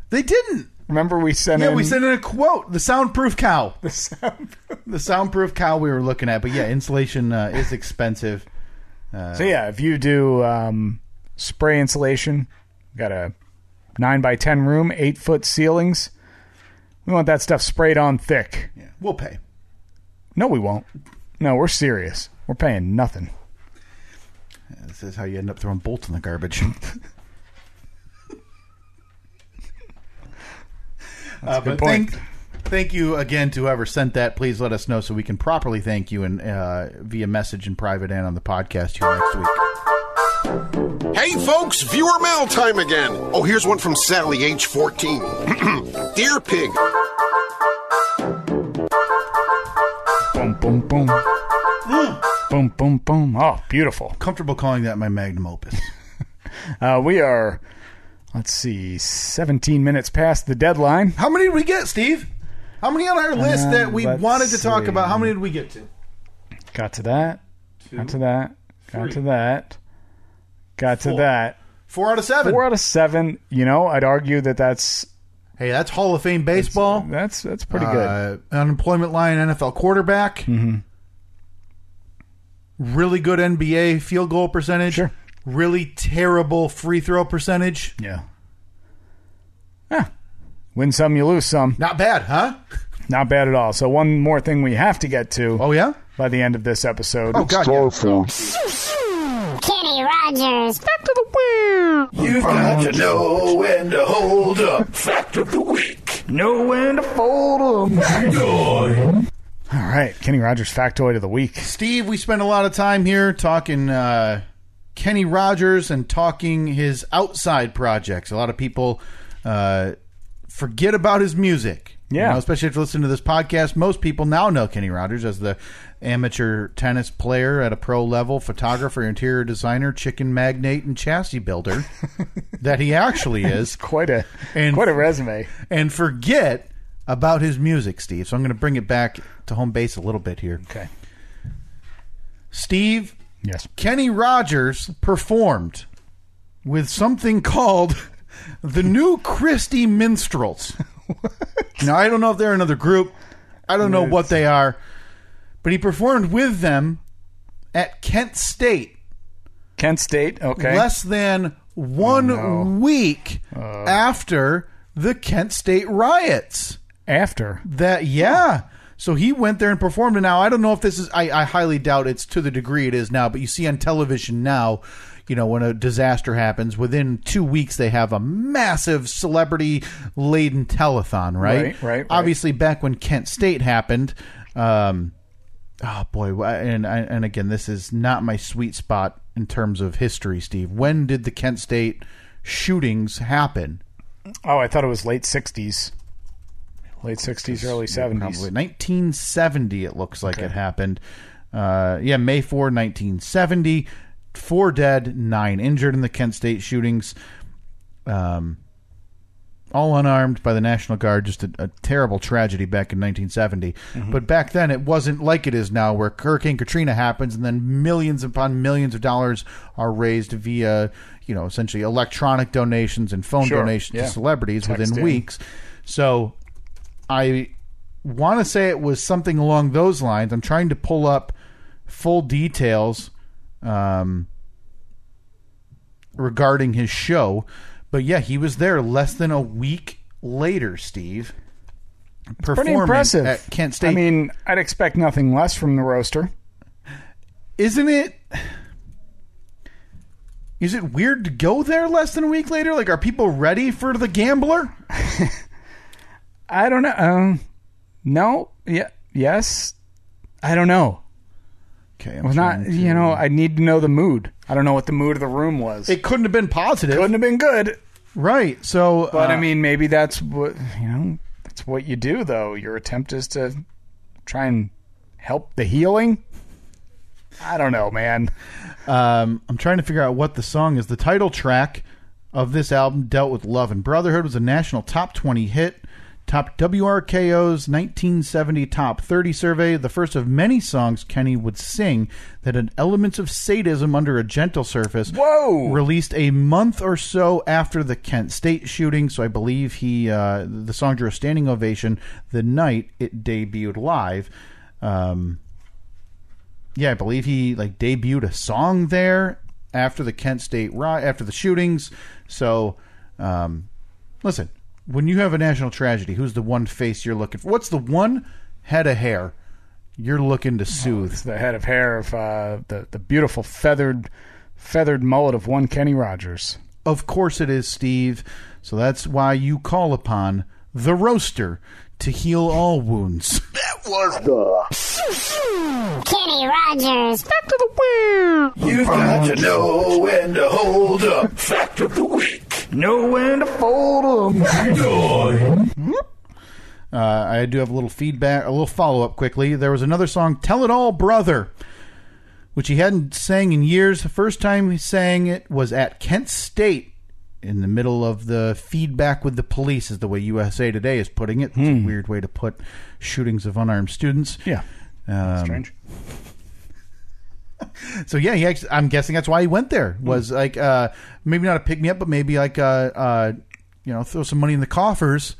They didn't. Remember we sent Yeah, in we sent in a quote. The soundproof cow. the sound. The soundproof cow we were looking at. But yeah, insulation uh, is expensive. So yeah, if you do um, spray insulation, got a nine by ten room, eight foot ceilings. We want that stuff sprayed on thick. Yeah, we'll pay. No, we won't. No, we're serious. We're paying nothing. This is how you end up throwing bolts in the garbage. Uh, good but point. Thank, thank you again to whoever sent that. Please let us know so we can properly thank you and uh, via message in private and on the podcast here next week. Hey folks, viewer mail time again. Oh, here's one from Sally, age 14. Dear Pig, Boom, boom, boom. Boom, boom, boom. Oh, beautiful. Comfortable calling that my magnum opus. Uh, we are let's see, 17 minutes past the deadline. How many did we get, Steve? How many on our list Um, that we let's wanted to talk see. about? How many did we get to? Got to that. Got to that. Got to three, that. Got to four. that. Four out of seven. Four out of seven. You know, I'd argue that that's Hey, that's Hall of Fame baseball. that's that's pretty good. Uh, unemployment line NFL quarterback. Really good NBA field goal percentage. Sure. Really terrible free throw percentage. Yeah. Yeah. Win some, you lose some. Not bad, huh? Not bad at all. So one more thing we have to get to Oh yeah. by the end of this episode. Oh god. yeah. Kenny Rogers. Back to the wheel. You've got to know when to hold up. Fact of the week. Know when to fold 'em. Joy. All right, Kenny Rogers factoid of the week. Steve, we spent a lot of time here talking uh, Kenny Rogers and talking his outside projects. A lot of people uh, forget about his music. Yeah. You know, especially if you listen to this podcast, most people now know Kenny Rogers as the amateur tennis player at a pro level, photographer, interior designer, chicken magnate, and chassis builder that he actually is Quite a And- quite a resume. and forget about his music, Steve. So I'm going to bring it back to home base a little bit here. Okay. Steve, Yes. Kenny Rogers performed with something called the New Christie Minstrels. Now, I don't know if they're another group. I don't know what they are. But he performed with them at Kent State Kent State. Okay. less than one Oh, no. Uh. week after the Kent State riots. After. That yeah. So he went there and performed it. Now I don't know if this is. I, I highly doubt it's to the degree it is now. But you see on television now, you know when a disaster happens, within two weeks they have a massive celebrity laden telethon, right? Right, right, right. Obviously, back when Kent State happened, um, oh boy, wh- and I- and again, this is not my sweet spot in terms of history, Steve. When did the Kent State shootings happen? Oh, I thought it was late sixties. Late sixties, early seventies. Probably 1970, it looks like it happened. Uh, yeah, May 4, 1970. Four dead, nine injured in the Kent State shootings. Um, all unarmed by the National Guard. Just a, a terrible tragedy back in 1970. Mm-hmm. But back then, it wasn't like it is now, where Hurricane Katrina happens and then millions upon millions of dollars are raised via, you know, essentially electronic donations and phone Sure, donations yeah. to celebrities within Texting. weeks. So I want to say it was something along those lines. I'm trying to pull up full details um, regarding his show, but yeah, he was there less than a week later, Steve. Pretty Performing impressive. at Kent State. I mean, I'd expect nothing less from the roaster. isn't it? Is it weird to go there less than a week later? Like, are people ready for the gambler? I don't know. Um, no. Yeah. Yes. I don't know. Okay, It was not. You know, I need to know the mood. I don't know what the mood of the room was. It couldn't have been positive, wouldn't have been good. right? So, But uh, I mean, maybe that's what you know. That's what you do, though. Your attempt is to try and help the healing. I don't know, man. Um, I'm trying to figure out what the song is. The title track of this album dealt with love and brotherhood. Was a national top 20 hit, top WRKO's 1970 top 30 survey. The first of many songs Kenny would sing that had elements of sadism under a gentle surface. Whoa! Released a month or so after the Kent State shooting, so I believe he uh, the song drew a standing ovation the night it debuted live. Um, yeah, I believe he like debuted a song there after the Kent State riot, after the shootings. So, um, listen, when you have a national tragedy, who's the one face you're looking for? What's the one head of hair you're looking to soothe? The head of hair of uh, the the beautiful feathered feathered mullet of one Kenny Rogers. Of course, it is Steve. So that's why you call upon the roaster to heal all wounds. Kenny Rogers. Back to the wheel. You've got to know when to hold up. Fact of the week. Know when to fold 'em. Joy. Uh, I do have a little feedback, a little follow up quickly. There was another song, Tell It All Brother, which he hadn't sang in years. The first time he sang it was at Kent State in the middle of the feedback with the police, is the way USA Today is putting it. It's a weird way to put shootings of unarmed students. Yeah. Um, Strange. So yeah, he actually, I'm guessing that's why he went there. Was like uh, maybe not a pick me up, but maybe like uh, uh, you know throw some money in the coffers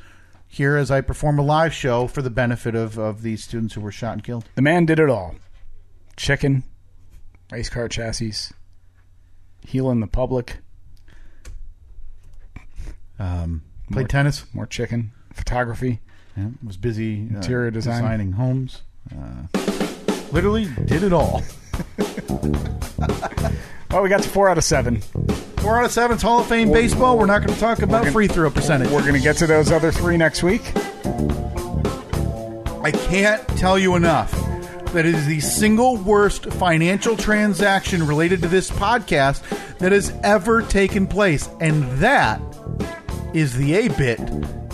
here as I perform a live show for the benefit of of these students who were shot and killed. The man did it all. Chicken, race car chassis, healing the public, Um, played tennis. more chicken, photography. Yeah, was busy uh, Interior design. designing homes. Uh, literally did it all. Well, Oh, we got to four out of seven. Four out of seven. It's Hall of Fame baseball. We're not going to talk about gonna- free throw percentage. We're going to get to those other three next week. I can't tell you enough that it is the single worst financial transaction related to this podcast that has ever taken place. And that is the A bit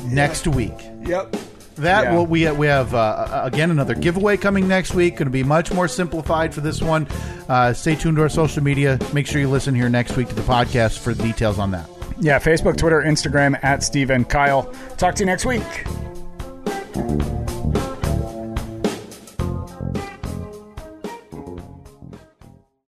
next week. Yep. That Yeah. well, we we have uh, uh, again another giveaway coming next week. Going to be much more simplified for this one. Uh, stay tuned to our social media. Make sure you listen here next week to the podcast for details on that. Yeah, Facebook, Twitter, Instagram at Steve and Kyle. Talk to you next week.